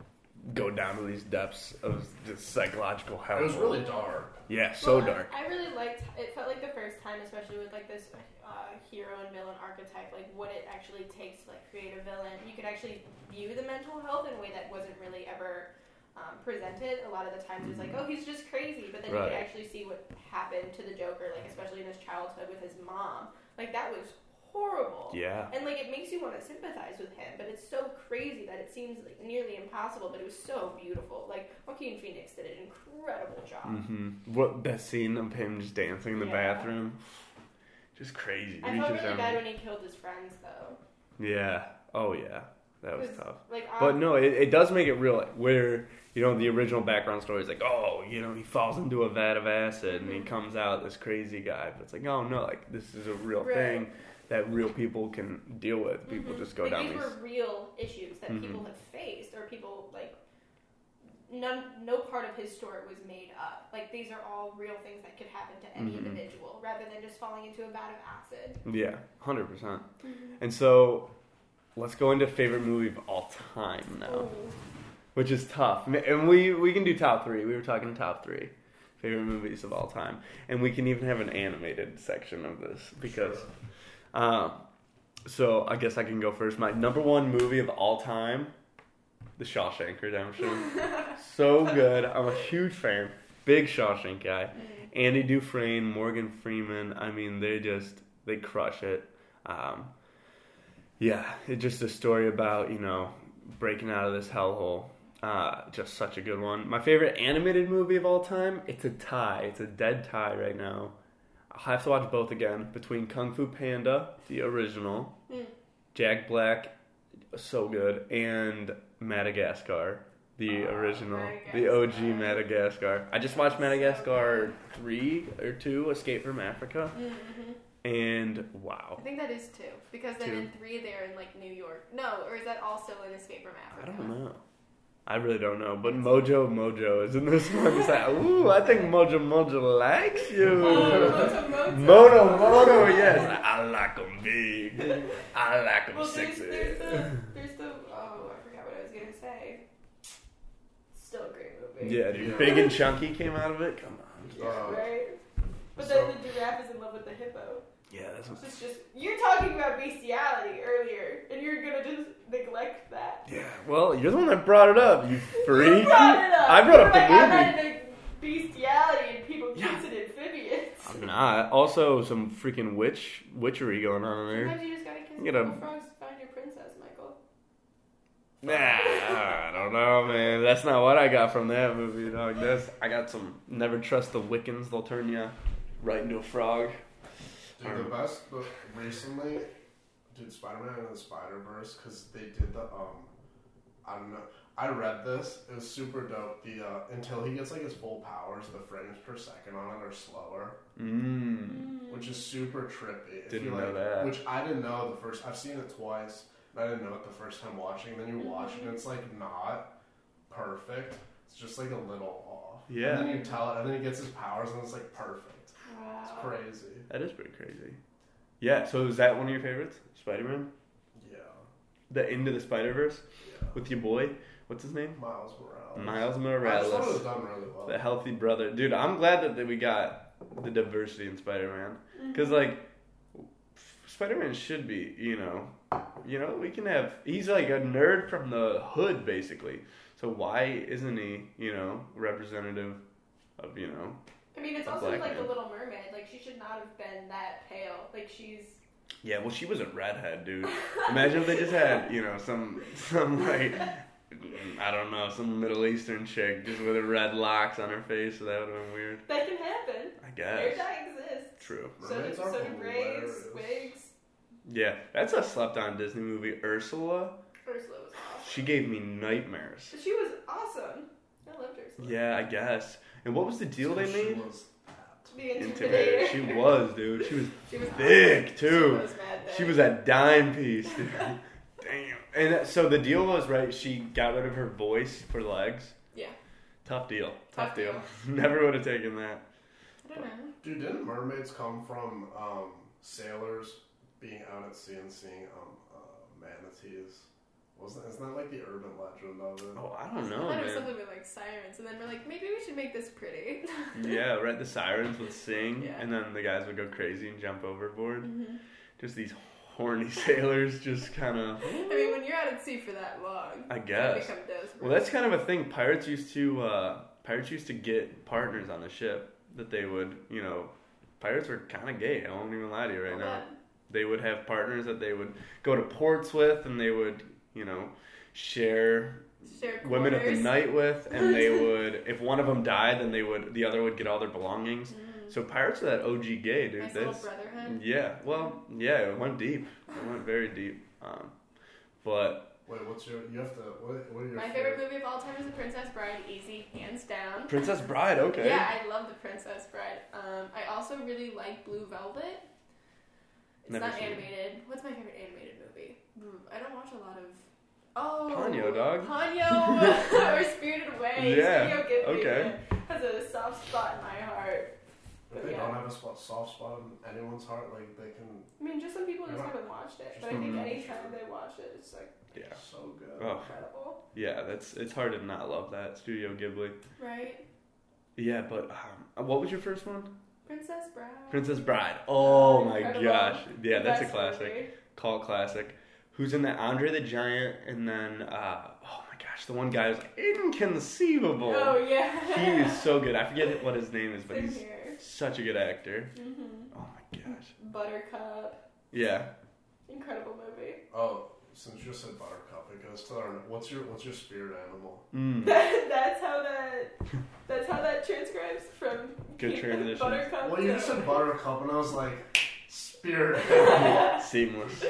[SPEAKER 1] go down to these depths of just psychological hell.
[SPEAKER 3] It was really dark.
[SPEAKER 1] yeah, so
[SPEAKER 4] Well, I-
[SPEAKER 1] dark.
[SPEAKER 2] I really liked. It felt like the first time, especially with like this uh, hero and villain archetype, like what it actually takes to like create a villain. You could actually view the mental health in a way that wasn't really ever um, presented. A lot of the times it was like, oh, he's just crazy, but then you
[SPEAKER 1] Right.
[SPEAKER 2] could actually see what happened to the Joker, like especially in his childhood with his mom. Like that was horrible.
[SPEAKER 1] Yeah.
[SPEAKER 2] And like it makes you want to sympathize with him, but it's so crazy that it seems like nearly impossible. But it was so beautiful. Like Joaquin Phoenix did an incredible job.
[SPEAKER 1] hmm What that scene of him just dancing in the
[SPEAKER 2] Yeah.
[SPEAKER 1] bathroom, just crazy.
[SPEAKER 2] I
[SPEAKER 1] He
[SPEAKER 2] felt
[SPEAKER 1] just,
[SPEAKER 2] really
[SPEAKER 1] um,
[SPEAKER 2] bad when he killed his friends, though.
[SPEAKER 1] Yeah. Oh yeah. That was
[SPEAKER 2] 'Cause,
[SPEAKER 1] tough.
[SPEAKER 2] Like, um,
[SPEAKER 1] But no, it, it does make it real. Where you know the original background story is like, oh, you know, he falls into a vat of acid and he
[SPEAKER 2] Mm-hmm.
[SPEAKER 1] comes out this crazy guy. But it's like, oh no, like this is a real
[SPEAKER 2] Right.
[SPEAKER 1] thing that real people can deal with. People
[SPEAKER 2] mhm.
[SPEAKER 1] just go
[SPEAKER 2] like,
[SPEAKER 1] down
[SPEAKER 2] These
[SPEAKER 1] these.
[SPEAKER 2] were real issues that
[SPEAKER 1] Mhm.
[SPEAKER 2] people have faced, or people like. None, no part of his story was made up. Like these are all real things that could happen to any
[SPEAKER 1] Mhm.
[SPEAKER 2] individual, rather than just falling into a vat of acid.
[SPEAKER 1] Yeah, hundred percent.
[SPEAKER 2] Mm-hmm.
[SPEAKER 1] And so, let's go into favorite movie of all time now, which is tough. And we we can do top three. We were talking top three favorite movies of all time, and we can even have an animated section of this because.
[SPEAKER 3] Sure.
[SPEAKER 1] Um, so I guess I can go first. My number one movie of all time, The Shawshank Redemption. so good. I'm a huge fan. Big Shawshank guy. Andy Dufresne, Morgan Freeman. I mean, they just they crush it. Um, yeah, it's just a story about you know breaking out of this hellhole. Uh, just such a good one. My favorite animated movie of all time. It's a tie. It's a dead tie right now. I'll have to watch both again between Kung Fu Panda, the original,
[SPEAKER 2] Mm.
[SPEAKER 1] Jack Black, so good, and Madagascar, the
[SPEAKER 4] Oh,
[SPEAKER 1] original, the OG
[SPEAKER 4] Madagascar.
[SPEAKER 1] Madagascar. I just watched Madagascar three or two, Escape from Africa,
[SPEAKER 4] Mm-hmm.
[SPEAKER 1] and
[SPEAKER 4] I
[SPEAKER 1] wow,
[SPEAKER 4] think that is two because then
[SPEAKER 1] Two.
[SPEAKER 4] in three they're in like New York. No, or is that also in Escape from
[SPEAKER 1] I
[SPEAKER 4] Africa?
[SPEAKER 1] don't know. I really don't know, but Mojo Mojo is in this one. It's like, ooh, I think Mojo Mojo likes you.
[SPEAKER 2] Oh,
[SPEAKER 1] Moto, Moto, yes. I like them big. I like them
[SPEAKER 4] Well, there's,
[SPEAKER 1] sexy.
[SPEAKER 4] there's the there's the oh I forgot what I was gonna say. Still a great movie.
[SPEAKER 1] Yeah, dude. Big and chunky came out of it. Come on.
[SPEAKER 3] Uh,
[SPEAKER 4] Right.
[SPEAKER 2] But
[SPEAKER 3] So-
[SPEAKER 2] then the giraffe is in love with the hippo.
[SPEAKER 1] Yeah, that's
[SPEAKER 2] So it's just you're talking about bestiality earlier, and you're gonna just neglect that.
[SPEAKER 1] Yeah. Well, you're the one that brought it up. You freak.
[SPEAKER 2] You brought it up.
[SPEAKER 1] I brought up
[SPEAKER 2] You're
[SPEAKER 1] the
[SPEAKER 2] like,
[SPEAKER 1] movie.
[SPEAKER 2] I read the bestiality and people
[SPEAKER 1] Yeah.
[SPEAKER 2] thinks it amphibious.
[SPEAKER 1] I'm not. Also, some freaking witch witchery going on in there.
[SPEAKER 4] Sometimes you just gotta kiss
[SPEAKER 1] You know-
[SPEAKER 4] little frogs to find your princess, Michael.
[SPEAKER 1] Nah, I don't know, man. That's not what I got from that movie, dog. That's I got some. Never trust the Wiccans. They'll turn you right into a frog.
[SPEAKER 3] Dude,
[SPEAKER 1] Um,
[SPEAKER 3] the best book recently, dude, Spider Man and the Spider Verse, because they did the um, I don't know. I read this. It was super dope. The uh, until he gets like his full powers, the frames per second on it are slower,
[SPEAKER 1] Mmm.
[SPEAKER 2] Mm.
[SPEAKER 3] which is super trippy. If
[SPEAKER 1] Didn't
[SPEAKER 3] you, like,
[SPEAKER 1] know that.
[SPEAKER 3] Which I didn't know the first. I've seen it twice, and I didn't know it the first time watching. Then you watch it, and it's like not perfect. It's just like a little off.
[SPEAKER 1] Yeah.
[SPEAKER 3] And then you tell it, and then he gets his powers, and it's like perfect. It's
[SPEAKER 4] Mm. Wow.
[SPEAKER 3] crazy.
[SPEAKER 1] That is pretty crazy. Yeah. So is that one of your favorites, Spider Man?
[SPEAKER 3] Yeah.
[SPEAKER 1] The end of the Spider Verse
[SPEAKER 3] Yeah.
[SPEAKER 1] with your boy. What's his name?
[SPEAKER 3] Miles Morales.
[SPEAKER 1] Miles
[SPEAKER 3] I just thought it
[SPEAKER 1] Morales,
[SPEAKER 3] was done really well.
[SPEAKER 1] the healthy brother. Dude, I'm glad that, that we got the diversity in Spider-Man
[SPEAKER 4] Mm.
[SPEAKER 1] because like Spider-Man should be, you know, you know, we can have. He's like a nerd from the hood, basically. So why isn't he, you know, representative of, you know?
[SPEAKER 4] I mean, it's
[SPEAKER 1] A
[SPEAKER 4] also
[SPEAKER 1] black
[SPEAKER 4] like
[SPEAKER 1] man.
[SPEAKER 4] the Little Mermaid. Like she should not have been that pale. Like she's.
[SPEAKER 1] Yeah, well, she was a redhead, dude. Imagine if they just had, you know, some some like I don't know, some Middle Eastern chick just with red locks on her face. So that would have been weird.
[SPEAKER 2] That can happen.
[SPEAKER 1] I
[SPEAKER 2] Hair
[SPEAKER 1] guess.
[SPEAKER 2] dye exists.
[SPEAKER 1] True.
[SPEAKER 2] So do,
[SPEAKER 3] Mermaids are
[SPEAKER 2] so do braids,
[SPEAKER 3] hilarious.
[SPEAKER 2] wigs.
[SPEAKER 1] Yeah, that's a slept-on Disney movie. Ursula.
[SPEAKER 2] Ursula was awesome.
[SPEAKER 1] She gave me nightmares.
[SPEAKER 2] She was awesome. I loved Ursula.
[SPEAKER 1] Yeah, I guess. And what was the deal they
[SPEAKER 3] She
[SPEAKER 1] made?
[SPEAKER 3] was that.
[SPEAKER 2] The
[SPEAKER 1] Intimidator.
[SPEAKER 2] intimidator.
[SPEAKER 1] She was, dude. She was
[SPEAKER 2] She was
[SPEAKER 1] thick
[SPEAKER 2] She
[SPEAKER 1] too.
[SPEAKER 2] was mad
[SPEAKER 1] She
[SPEAKER 2] thick.
[SPEAKER 1] was a dime piece, dude. Damn. And that- so the deal was right. She got rid of her voice for legs.
[SPEAKER 2] Yeah.
[SPEAKER 1] Tough deal. Tough,
[SPEAKER 2] Tough
[SPEAKER 1] deal. Never would have taken that.
[SPEAKER 2] I don't know.
[SPEAKER 3] Dude, didn't mermaids come from um, sailors being out at sea and seeing um, uh, manatees? Wasn't isn't that like the urban legend of it?
[SPEAKER 1] Oh, I don't
[SPEAKER 2] I
[SPEAKER 1] know,
[SPEAKER 2] thought it
[SPEAKER 1] man.
[SPEAKER 2] was something with like sirens, and then we're like, maybe we should make this pretty.
[SPEAKER 1] Yeah, right. The sirens would sing,
[SPEAKER 2] Yeah.
[SPEAKER 1] and then the guys would go crazy and jump overboard.
[SPEAKER 2] hmm
[SPEAKER 1] Just these horny sailors, just kind of.
[SPEAKER 2] I mean, when you're out at sea for that long,
[SPEAKER 1] I
[SPEAKER 2] you
[SPEAKER 1] guess.
[SPEAKER 2] become desperate.
[SPEAKER 1] Well, that's kind of a thing. Pirates used to uh, pirates used to get partners on the ship that they would, you know, pirates were kind of gay. I won't even lie to you right
[SPEAKER 2] Well,
[SPEAKER 1] now.
[SPEAKER 2] that-
[SPEAKER 1] They would have partners that they would go to ports with, and they would, you know, share
[SPEAKER 2] Shared
[SPEAKER 1] women of the
[SPEAKER 2] quarters.
[SPEAKER 1] night with, and they would, if one of them died, then they would, the other would get all their belongings.
[SPEAKER 2] Mm.
[SPEAKER 1] So pirates are that OG gay, dude.
[SPEAKER 2] Nice
[SPEAKER 1] They-
[SPEAKER 2] little brotherhood.
[SPEAKER 1] yeah, well, yeah, it went deep. It went very deep. Um, but
[SPEAKER 3] Wait, what's your? You have to. What,
[SPEAKER 1] Mm.
[SPEAKER 3] what are your?
[SPEAKER 2] My favorite movie of all time is The Princess Bride, easy, hands down.
[SPEAKER 1] Princess Bride, okay.
[SPEAKER 2] Yeah, I love The Princess Bride. Um, I also really like Blue Velvet. It's
[SPEAKER 1] Never
[SPEAKER 2] not
[SPEAKER 1] seen it.
[SPEAKER 2] animated. What's my favorite animated movie? Mm, I don't watch a lot of. Oh,
[SPEAKER 1] Ponyo, dog.
[SPEAKER 2] Ponyo or Spirited Away.
[SPEAKER 1] Yeah,
[SPEAKER 2] Studio Ghibli
[SPEAKER 1] okay.
[SPEAKER 2] has a soft spot in my heart.
[SPEAKER 3] If they
[SPEAKER 2] Yeah.
[SPEAKER 3] don't have a spot, soft spot in anyone's heart, like they can.
[SPEAKER 2] I mean, just some people just
[SPEAKER 3] Yeah.
[SPEAKER 2] haven't watched it, but
[SPEAKER 1] Just
[SPEAKER 2] I think
[SPEAKER 1] don't
[SPEAKER 3] know.
[SPEAKER 2] anytime they watch it, it's like
[SPEAKER 1] Yeah.
[SPEAKER 3] So good.
[SPEAKER 1] Oh,
[SPEAKER 2] incredible,
[SPEAKER 1] yeah, that's it's hard to not love that Studio Ghibli.
[SPEAKER 2] right?
[SPEAKER 1] Yeah, but um, what was your first one?
[SPEAKER 2] Princess Bride.
[SPEAKER 1] Princess Bride. Oh my
[SPEAKER 2] Incredible.
[SPEAKER 1] gosh. Yeah, that's a
[SPEAKER 2] Best
[SPEAKER 1] classic.
[SPEAKER 2] movie.
[SPEAKER 1] Call classic. Who's in that? Andre the Giant, and then uh, oh my gosh, the one guy is inconceivable.
[SPEAKER 2] Oh yeah.
[SPEAKER 1] He is so good. I forget what his name is, but
[SPEAKER 2] Same
[SPEAKER 1] he's
[SPEAKER 2] here.
[SPEAKER 1] such a good actor.
[SPEAKER 2] hmm
[SPEAKER 1] Oh my gosh.
[SPEAKER 2] Buttercup,
[SPEAKER 1] Yeah.
[SPEAKER 2] incredible movie.
[SPEAKER 3] Oh, since you said buttercup, it goes to our. What's your What's your spirit animal?
[SPEAKER 1] Mm.
[SPEAKER 2] that's how that. That's how that transcribes from
[SPEAKER 1] Good
[SPEAKER 2] Cupid
[SPEAKER 1] transition.
[SPEAKER 2] Buttercup.
[SPEAKER 3] Well, you
[SPEAKER 2] to-
[SPEAKER 3] just said buttercup, and I was like, spirit. animal.
[SPEAKER 1] Seamless.
[SPEAKER 2] um,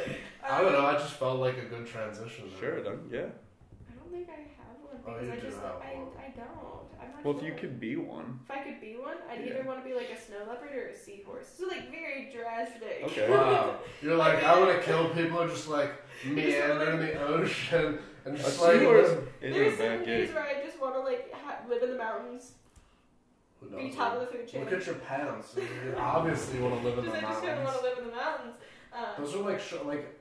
[SPEAKER 3] I don't know. I just felt like a good transition. there.
[SPEAKER 1] Sure. Then, yeah.
[SPEAKER 2] I don't think I have one
[SPEAKER 3] Oh,
[SPEAKER 2] because
[SPEAKER 3] you
[SPEAKER 2] I
[SPEAKER 3] do
[SPEAKER 2] just
[SPEAKER 3] have
[SPEAKER 2] I,
[SPEAKER 3] one.
[SPEAKER 2] I don't. I'm not
[SPEAKER 1] Well, if
[SPEAKER 2] sure.
[SPEAKER 1] you could be one.
[SPEAKER 2] If I could be one, I'd
[SPEAKER 1] Yeah.
[SPEAKER 2] either want to be like a snow leopard or a seahorse. So like very drastic.
[SPEAKER 1] Okay.
[SPEAKER 3] Wow. You're like, I want to kill people, just like meander in the ocean and
[SPEAKER 1] A
[SPEAKER 3] just like.
[SPEAKER 1] seahorse
[SPEAKER 2] There's
[SPEAKER 1] isn't
[SPEAKER 2] some
[SPEAKER 1] that
[SPEAKER 2] days
[SPEAKER 1] gay.
[SPEAKER 2] where I just want to like ha- live in the mountains,
[SPEAKER 3] Who
[SPEAKER 2] be
[SPEAKER 3] knows?
[SPEAKER 2] top of the food chain.
[SPEAKER 3] Look at your pants. You obviously want to live in the
[SPEAKER 2] Because I just kind of want
[SPEAKER 3] mountains.
[SPEAKER 2] to live in the mountains. Um,
[SPEAKER 3] Those are like sh- like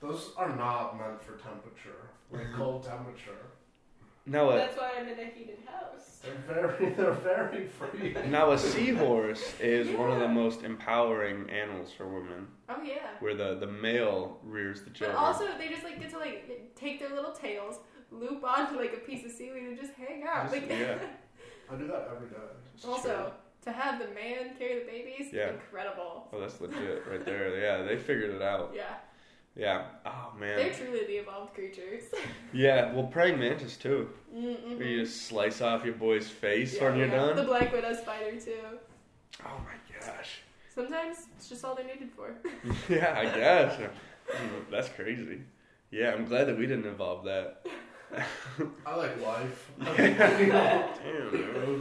[SPEAKER 3] those are not meant for temperature, like cold temperature.
[SPEAKER 1] Now a
[SPEAKER 2] that's why I'm in a heated house.
[SPEAKER 3] They're very they're very free.
[SPEAKER 1] now a seahorse is one of the
[SPEAKER 2] Yeah.
[SPEAKER 1] most empowering animals for women,
[SPEAKER 2] Oh yeah.
[SPEAKER 1] where the the male rears the
[SPEAKER 2] But
[SPEAKER 1] children.
[SPEAKER 2] also, they just like get to like take their little tails, loop onto like a piece of seaweed, and just hang out.
[SPEAKER 1] Just-
[SPEAKER 2] Like,
[SPEAKER 1] yeah.
[SPEAKER 3] I do that every day.
[SPEAKER 1] It's
[SPEAKER 2] also, to have the man carry the babies,
[SPEAKER 1] Yeah.
[SPEAKER 2] incredible.
[SPEAKER 1] true. Oh, that's legit right there. Yeah, they figured it out.
[SPEAKER 2] Yeah,
[SPEAKER 1] Yeah. Oh
[SPEAKER 2] they're
[SPEAKER 1] man.
[SPEAKER 2] truly the evolved creatures.
[SPEAKER 1] Yeah. Well, praying mantis too.
[SPEAKER 2] Mm-mm.
[SPEAKER 1] Where you just slice off your boy's face when you're
[SPEAKER 2] The
[SPEAKER 1] done.
[SPEAKER 2] black widow spider too.
[SPEAKER 1] Oh my gosh.
[SPEAKER 2] Sometimes it's just all they're needed for.
[SPEAKER 1] Yeah, I guess. Mm, That's crazy. Yeah, I'm glad that we didn't involve that.
[SPEAKER 3] I like life.
[SPEAKER 1] Damn, bro.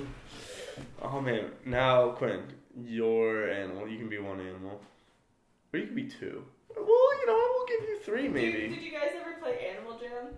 [SPEAKER 1] Oh man. Now, Quinn, your animal. You can be one animal, or you can be two. Well, you know, we'll give you three,
[SPEAKER 2] Did,
[SPEAKER 1] maybe.
[SPEAKER 2] did you guys ever play Animal Jam?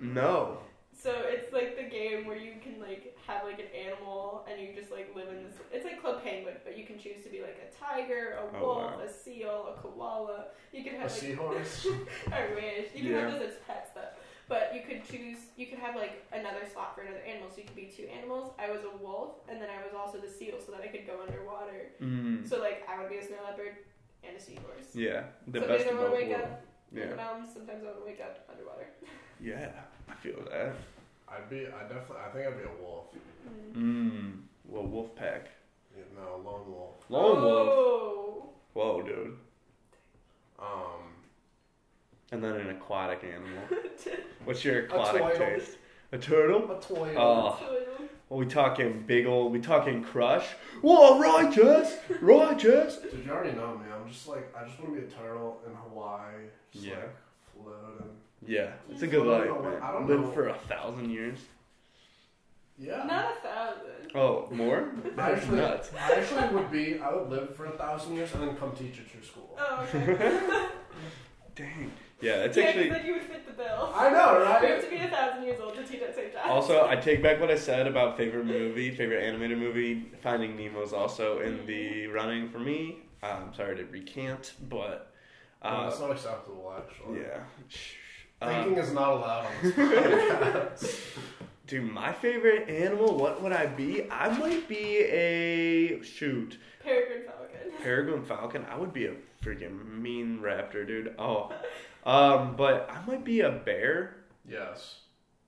[SPEAKER 1] No.
[SPEAKER 2] So it's like the game where you can like have like an animal and you just like live in this. It's like Club Penguin, but you can choose to be like a tiger, a
[SPEAKER 1] Oh,
[SPEAKER 2] wolf,
[SPEAKER 1] wow.
[SPEAKER 2] a seal, a koala. You could
[SPEAKER 3] A
[SPEAKER 2] have like
[SPEAKER 3] seahorse.
[SPEAKER 2] I wish you could
[SPEAKER 1] Yeah.
[SPEAKER 2] have those as pets though. But you could choose. You could have like another slot for another animal, so you could be two animals. I was a wolf, and then I was also the seal, so that I could go underwater.
[SPEAKER 1] Mm,
[SPEAKER 2] So like I would be a snow leopard and a seahorse.
[SPEAKER 1] yeah, the
[SPEAKER 2] Sometimes
[SPEAKER 1] best
[SPEAKER 2] I
[SPEAKER 1] of
[SPEAKER 2] wanna
[SPEAKER 1] both
[SPEAKER 2] wake
[SPEAKER 1] worlds.
[SPEAKER 2] up in the
[SPEAKER 1] Yeah,
[SPEAKER 2] mountains. Sometimes I want to wake up underwater.
[SPEAKER 1] yeah. I feel that.
[SPEAKER 3] I'd be. I definitely. I think I'd be a wolf.
[SPEAKER 1] Mm. Well, wolf pack.
[SPEAKER 3] You know, a lone wolf.
[SPEAKER 1] Lone wolf.
[SPEAKER 2] Oh.
[SPEAKER 1] Whoa, dude.
[SPEAKER 3] Um,
[SPEAKER 1] and then an aquatic animal.
[SPEAKER 2] Total.
[SPEAKER 1] What's your
[SPEAKER 3] A
[SPEAKER 1] aquatic
[SPEAKER 3] turtle.
[SPEAKER 1] taste? A turtle?
[SPEAKER 3] A toy.
[SPEAKER 1] Oh. Are we talking big old? We talking crush? Whoa, righteous, righteous.
[SPEAKER 3] Did you already know me? I'm just like I just want to be a turtle in Hawaii. Just
[SPEAKER 1] Yeah.
[SPEAKER 3] Like, floating.
[SPEAKER 1] Yeah, it's a good life,
[SPEAKER 3] I
[SPEAKER 1] man.
[SPEAKER 3] don't
[SPEAKER 1] Live
[SPEAKER 3] know.
[SPEAKER 1] for a thousand years.
[SPEAKER 3] Yeah.
[SPEAKER 2] Not a thousand.
[SPEAKER 1] Oh, more? That's
[SPEAKER 3] Actually-
[SPEAKER 1] nuts.
[SPEAKER 3] I actually would be. I would live for a thousand years and then come teach at your school.
[SPEAKER 2] Oh, okay.
[SPEAKER 1] Dang. Yeah, that's
[SPEAKER 2] yeah,
[SPEAKER 1] actually.
[SPEAKER 2] because then you would fit the bill.
[SPEAKER 3] I know,
[SPEAKER 2] You have
[SPEAKER 1] Uh,
[SPEAKER 3] right?
[SPEAKER 2] to be a thousand years old to teach at St. John's.
[SPEAKER 1] Also, I take back what I said about favorite movie, favorite animated movie. Finding Nemo's also in the running for me. Uh, I'm sorry to recant, but
[SPEAKER 3] no,
[SPEAKER 1] uh,
[SPEAKER 3] it's not acceptable, actually.
[SPEAKER 1] yeah. Shh. Uh,
[SPEAKER 3] Thinking is not allowed on this podcast.
[SPEAKER 1] dude, my favorite animal. What would I be? I might be a shoot
[SPEAKER 2] Peregrine Falcon.
[SPEAKER 1] peregrine falcon. I would be a freaking mean raptor, dude. Oh, um, but I might be a bear.
[SPEAKER 3] yes.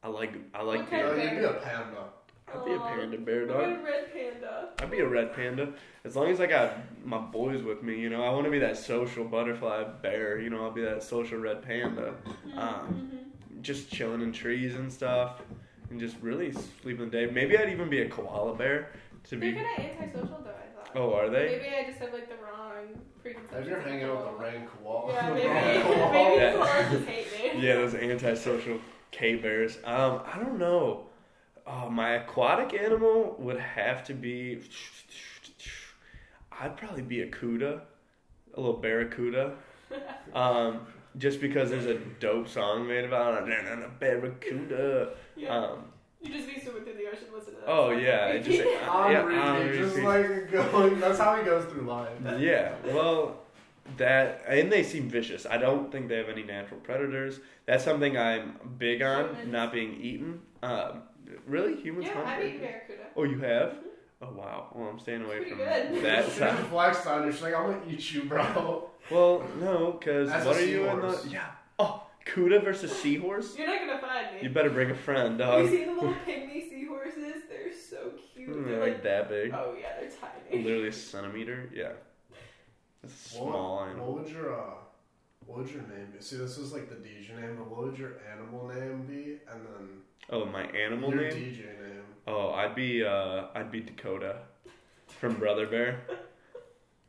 [SPEAKER 1] I like I like
[SPEAKER 2] Okay.
[SPEAKER 3] No,
[SPEAKER 1] bears.
[SPEAKER 3] you'd be a panda.
[SPEAKER 1] I'd be a
[SPEAKER 2] Aw.
[SPEAKER 1] panda bear
[SPEAKER 2] What
[SPEAKER 1] dog.
[SPEAKER 2] a red panda.
[SPEAKER 1] I'd be a red panda. As long as I got my boys with me, you know, I want to be that social butterfly bear. You know, I'll be that social red panda. Um,
[SPEAKER 2] Mhm.
[SPEAKER 1] just chilling in trees and stuff and just really sleeping the day. Maybe I'd even be a koala bear to
[SPEAKER 2] They're
[SPEAKER 1] be.
[SPEAKER 2] kind of antisocial, though, I thought.
[SPEAKER 1] Oh, are they?
[SPEAKER 2] Maybe I just have, like, the wrong preconceptions.
[SPEAKER 3] If you're hanging out with
[SPEAKER 2] about
[SPEAKER 3] the rain koala,
[SPEAKER 2] Yeah,
[SPEAKER 3] the
[SPEAKER 2] maybe.
[SPEAKER 3] rain koala.
[SPEAKER 2] maybe
[SPEAKER 1] Yeah.
[SPEAKER 2] koalas just hate me.
[SPEAKER 1] Yeah, those antisocial K bears. Um, I don't know. Oh, my aquatic animal would have to be. I'd probably be a cuda, a little barracuda. Um, just because there's a dope song made about it, "Na, na, na, barracuda.
[SPEAKER 2] Yeah.
[SPEAKER 1] Um,
[SPEAKER 2] you just be swimming through the ocean listening to that.
[SPEAKER 1] oh
[SPEAKER 2] song.
[SPEAKER 1] yeah, it just
[SPEAKER 3] I'm
[SPEAKER 1] yeah,
[SPEAKER 3] reading,
[SPEAKER 1] I'm
[SPEAKER 3] just
[SPEAKER 1] reading.
[SPEAKER 3] like going. That's how he goes through life.
[SPEAKER 1] yeah. Well, that and they seem vicious. I don't think they have any natural predators. That's something I'm big on,
[SPEAKER 2] Humans.
[SPEAKER 1] not being eaten. Um, really, humans.
[SPEAKER 2] Yeah,
[SPEAKER 1] hunt
[SPEAKER 2] I've eaten
[SPEAKER 1] predators?
[SPEAKER 2] barracuda.
[SPEAKER 1] Oh, you have? Oh wow. Well, I'm staying away
[SPEAKER 2] Pretty
[SPEAKER 1] from
[SPEAKER 2] good.
[SPEAKER 1] that
[SPEAKER 3] she
[SPEAKER 1] side.
[SPEAKER 3] just flexed on you. She's like, "I'm gonna eat you, bro."
[SPEAKER 1] Well, no, because
[SPEAKER 3] That's a
[SPEAKER 1] what are you in the?
[SPEAKER 3] seahorse.
[SPEAKER 1] Yeah. Oh, Cuda versus seahorse.
[SPEAKER 2] You're not gonna find me.
[SPEAKER 1] You better bring a friend,
[SPEAKER 2] You
[SPEAKER 1] dog.
[SPEAKER 2] see the little pygmy seahorses? They're so cute.
[SPEAKER 1] Mm,
[SPEAKER 2] They're
[SPEAKER 1] like that big.
[SPEAKER 2] oh yeah, they're tiny.
[SPEAKER 1] Literally a centimeter. Yeah. That's a small
[SPEAKER 3] What,
[SPEAKER 1] animal.
[SPEAKER 3] what would your uh, what would your name be? See, this is like the DJ name, but what would your animal name be? And then
[SPEAKER 1] Oh, my animal name.
[SPEAKER 3] your DJ name.
[SPEAKER 1] Oh, I'd be uh, I'd be Dakota from Brother Bear.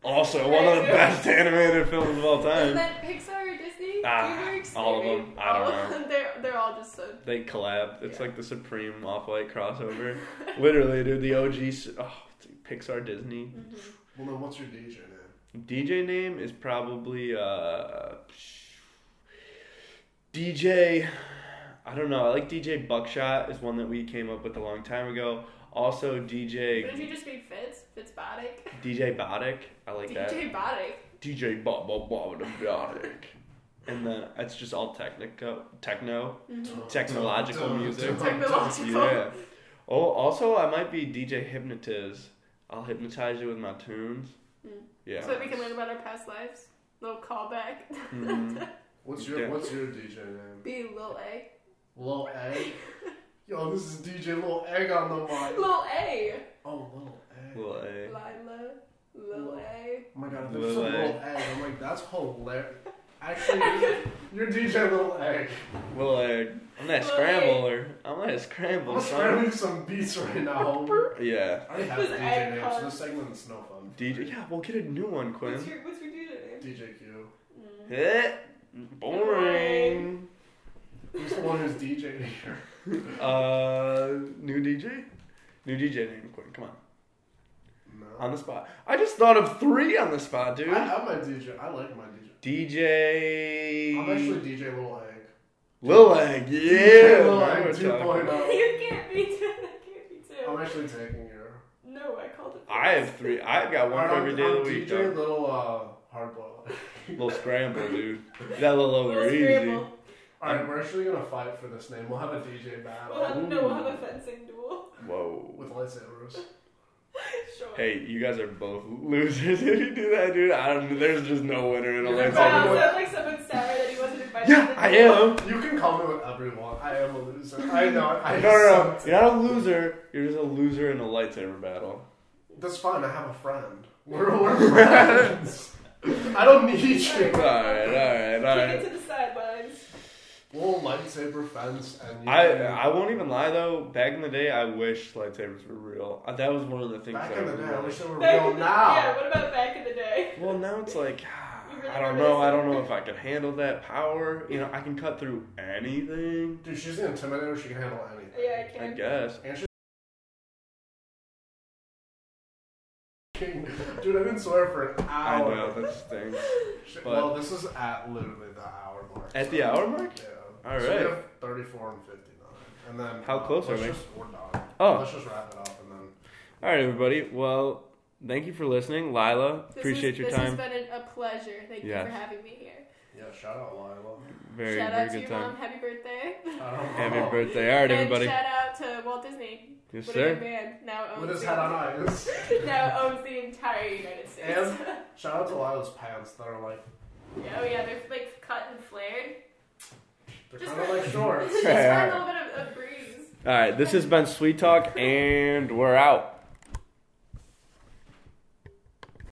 [SPEAKER 1] Also, one of the best animated films of all
[SPEAKER 2] Isn't
[SPEAKER 1] time.
[SPEAKER 2] that Pixar or Disney?
[SPEAKER 1] Ah,
[SPEAKER 2] DreamWorks?
[SPEAKER 1] all of
[SPEAKER 2] Maybe.
[SPEAKER 1] them. I don't
[SPEAKER 2] All of
[SPEAKER 1] know.
[SPEAKER 2] them. They're they're all just so.
[SPEAKER 1] They collab. It's like the supreme off-white crossover. Literally, dude. The OG. Oh, dude, Pixar, Disney.
[SPEAKER 2] Mhm.
[SPEAKER 3] Well, then what's your DJ name?
[SPEAKER 1] DJ name is probably uh, DJ. I don't know. I like DJ Buckshot is one that we came up with a long time ago. Also
[SPEAKER 2] Wouldn't
[SPEAKER 1] DJ
[SPEAKER 2] you just be Fitz? Fitzbotic?
[SPEAKER 1] DJ Botic. I like that.
[SPEAKER 2] DJ Botic.
[SPEAKER 1] DJ Bob Bob Bob the Botic. And then it's just all technico techno.
[SPEAKER 3] Mm-hmm. Uh,
[SPEAKER 1] Technological music.
[SPEAKER 2] Technological.
[SPEAKER 1] Yeah. Oh, also I might be DJ Hypnotiz. I'll hypnotize you with my tunes.
[SPEAKER 2] Mm.
[SPEAKER 1] Yeah.
[SPEAKER 2] So that we can learn about our past lives. Little callback.
[SPEAKER 1] Mhm.
[SPEAKER 3] What's your
[SPEAKER 1] Yeah.
[SPEAKER 3] What's your DJ name?
[SPEAKER 2] Be Lil A.
[SPEAKER 3] Lil Egg. Yo, this is DJ Lil Egg on the mic.
[SPEAKER 2] Lil A.
[SPEAKER 3] Oh, Lil Egg.
[SPEAKER 1] Well, eh.
[SPEAKER 2] Lila. Lil A.
[SPEAKER 3] Oh my god, if
[SPEAKER 1] Lil
[SPEAKER 3] there's some
[SPEAKER 1] Egg.
[SPEAKER 3] Lil Egg, I'm like, that's hilarious. Actually, you're- you're DJ Lil Egg.
[SPEAKER 1] Well, uh, I'm that
[SPEAKER 2] Well,
[SPEAKER 1] scrambler. I'm that
[SPEAKER 3] I'm
[SPEAKER 1] scramble.
[SPEAKER 3] gonna
[SPEAKER 1] Son.
[SPEAKER 3] scramble some beats right now.
[SPEAKER 1] Yeah.
[SPEAKER 3] I already have
[SPEAKER 2] Who's
[SPEAKER 3] a
[SPEAKER 2] Egg
[SPEAKER 3] DJ name, so
[SPEAKER 2] called?
[SPEAKER 3] this segment's no fun.
[SPEAKER 1] DJ. Yeah, we'll get a new one, Quinn.
[SPEAKER 2] What's your what's your dude name?
[SPEAKER 3] DJ Q.
[SPEAKER 2] Mm.
[SPEAKER 1] Eh, Boring.
[SPEAKER 3] He's the one who's DJing here.
[SPEAKER 1] Uh, new DJ. New DJ name, Quinn. Come on,
[SPEAKER 3] No.
[SPEAKER 1] on the spot. I just thought of three on the spot, dude.
[SPEAKER 3] I have my DJ. I like my DJ.
[SPEAKER 1] DJ.
[SPEAKER 3] I'm actually DJ Lil Egg.
[SPEAKER 1] Lil Egg. Yeah.
[SPEAKER 3] DJ Lil
[SPEAKER 1] man,
[SPEAKER 3] Egg
[SPEAKER 1] we're talking.
[SPEAKER 3] 2.0.
[SPEAKER 2] you can't be two. That can't be two.
[SPEAKER 3] I'm actually taking your.
[SPEAKER 2] no, I called it.
[SPEAKER 1] I have three. I've got one for
[SPEAKER 3] Alright,
[SPEAKER 1] every
[SPEAKER 3] I'm-
[SPEAKER 1] day of
[SPEAKER 3] I'm
[SPEAKER 1] the week.
[SPEAKER 3] DJ
[SPEAKER 1] Though.
[SPEAKER 3] Little uh, Hardboiled.
[SPEAKER 1] Little scramble, dude. That little
[SPEAKER 2] Little
[SPEAKER 1] over easy.
[SPEAKER 2] scramble.
[SPEAKER 3] Alright, we're actually gonna fight for this name. We'll have a DJ
[SPEAKER 2] We'll
[SPEAKER 3] battle
[SPEAKER 2] have, no, we'll have a fencing duel.
[SPEAKER 1] Whoa.
[SPEAKER 3] with lightsabers.
[SPEAKER 2] sure.
[SPEAKER 1] Hey, you guys are both losers if you do that, dude. I don't. There's just no winner in a
[SPEAKER 3] You're
[SPEAKER 1] lane.
[SPEAKER 2] Wow,
[SPEAKER 3] Hey.
[SPEAKER 2] sounds like someone sour that he wasn't invited.
[SPEAKER 1] Yeah,
[SPEAKER 2] to the
[SPEAKER 1] I
[SPEAKER 2] duel.
[SPEAKER 1] am.
[SPEAKER 3] You can call me whatever you want. I am a loser. I know. I
[SPEAKER 1] No, no, no.
[SPEAKER 3] sucked.
[SPEAKER 1] You're not a loser. You're just a loser in a lightsaber battle.
[SPEAKER 3] That's fine. I have a friend. We're, we're friends. I don't need
[SPEAKER 1] All
[SPEAKER 3] you.
[SPEAKER 1] right, all right, all
[SPEAKER 2] Kick
[SPEAKER 1] right.
[SPEAKER 2] it to the side while I
[SPEAKER 3] little lightsaber fence, and you
[SPEAKER 1] I
[SPEAKER 3] can-
[SPEAKER 1] I won't even lie though. Back in the day, I wish lightsabers were real. Uh, That was one of the things.
[SPEAKER 3] back
[SPEAKER 1] that
[SPEAKER 3] in
[SPEAKER 1] I
[SPEAKER 3] the day, I
[SPEAKER 1] really-
[SPEAKER 3] wish they were
[SPEAKER 2] Back
[SPEAKER 3] real
[SPEAKER 2] in the-
[SPEAKER 3] now.
[SPEAKER 2] Yeah, what about back in the day?
[SPEAKER 1] Well, now it's like
[SPEAKER 2] You really
[SPEAKER 1] I don't
[SPEAKER 2] remember
[SPEAKER 1] know.
[SPEAKER 2] this?
[SPEAKER 1] I don't know if I could handle that power. You know, I can cut through anything.
[SPEAKER 3] Dude, she's an intimidator. She can handle anything.
[SPEAKER 2] Yeah, I
[SPEAKER 1] I
[SPEAKER 2] can.
[SPEAKER 1] guess.
[SPEAKER 3] And she's king. Dude, I didn't swear for an
[SPEAKER 1] I
[SPEAKER 3] hour.
[SPEAKER 1] know that stinks.
[SPEAKER 3] She-
[SPEAKER 1] but-
[SPEAKER 3] well, this is at literally the hour mark.
[SPEAKER 1] At the hour mark?
[SPEAKER 3] Yeah.
[SPEAKER 1] All
[SPEAKER 3] So we
[SPEAKER 1] right.
[SPEAKER 3] have 34 and 59. And then.
[SPEAKER 1] How
[SPEAKER 3] uh,
[SPEAKER 1] close
[SPEAKER 3] let's
[SPEAKER 1] are we?
[SPEAKER 3] Just, we're done.
[SPEAKER 1] Oh.
[SPEAKER 3] Let's just wrap it up and then.
[SPEAKER 1] All right, everybody. Well, thank you for listening, Lila.
[SPEAKER 2] This
[SPEAKER 1] Appreciate
[SPEAKER 2] was,
[SPEAKER 1] your
[SPEAKER 2] this
[SPEAKER 1] time.
[SPEAKER 2] has been an- a pleasure. Thank
[SPEAKER 1] Yes.
[SPEAKER 2] you for having me here.
[SPEAKER 3] Yeah, shout out Lila.
[SPEAKER 1] Very
[SPEAKER 2] shout
[SPEAKER 1] very
[SPEAKER 2] out to
[SPEAKER 1] good
[SPEAKER 2] your
[SPEAKER 1] time.
[SPEAKER 2] mom. Happy birthday.
[SPEAKER 3] Shout out
[SPEAKER 1] Happy
[SPEAKER 3] Lila.
[SPEAKER 1] birthday! All right,
[SPEAKER 2] and
[SPEAKER 1] everybody.
[SPEAKER 2] shout out to Walt Disney.
[SPEAKER 1] Yes,
[SPEAKER 2] what a good
[SPEAKER 1] sir.
[SPEAKER 2] man. Now owns
[SPEAKER 3] With his
[SPEAKER 2] the,
[SPEAKER 3] head on eyes.
[SPEAKER 2] now owns the entire United States.
[SPEAKER 3] Shout out to Lila's pants that are like.
[SPEAKER 2] Yeah, oh yeah, they're like cut and flared.
[SPEAKER 3] They're
[SPEAKER 2] Just
[SPEAKER 3] kind of
[SPEAKER 2] for-
[SPEAKER 3] like shorts.
[SPEAKER 2] Just for a little bit of a breeze.
[SPEAKER 1] All right. This has been Sweet Talk, and we're out.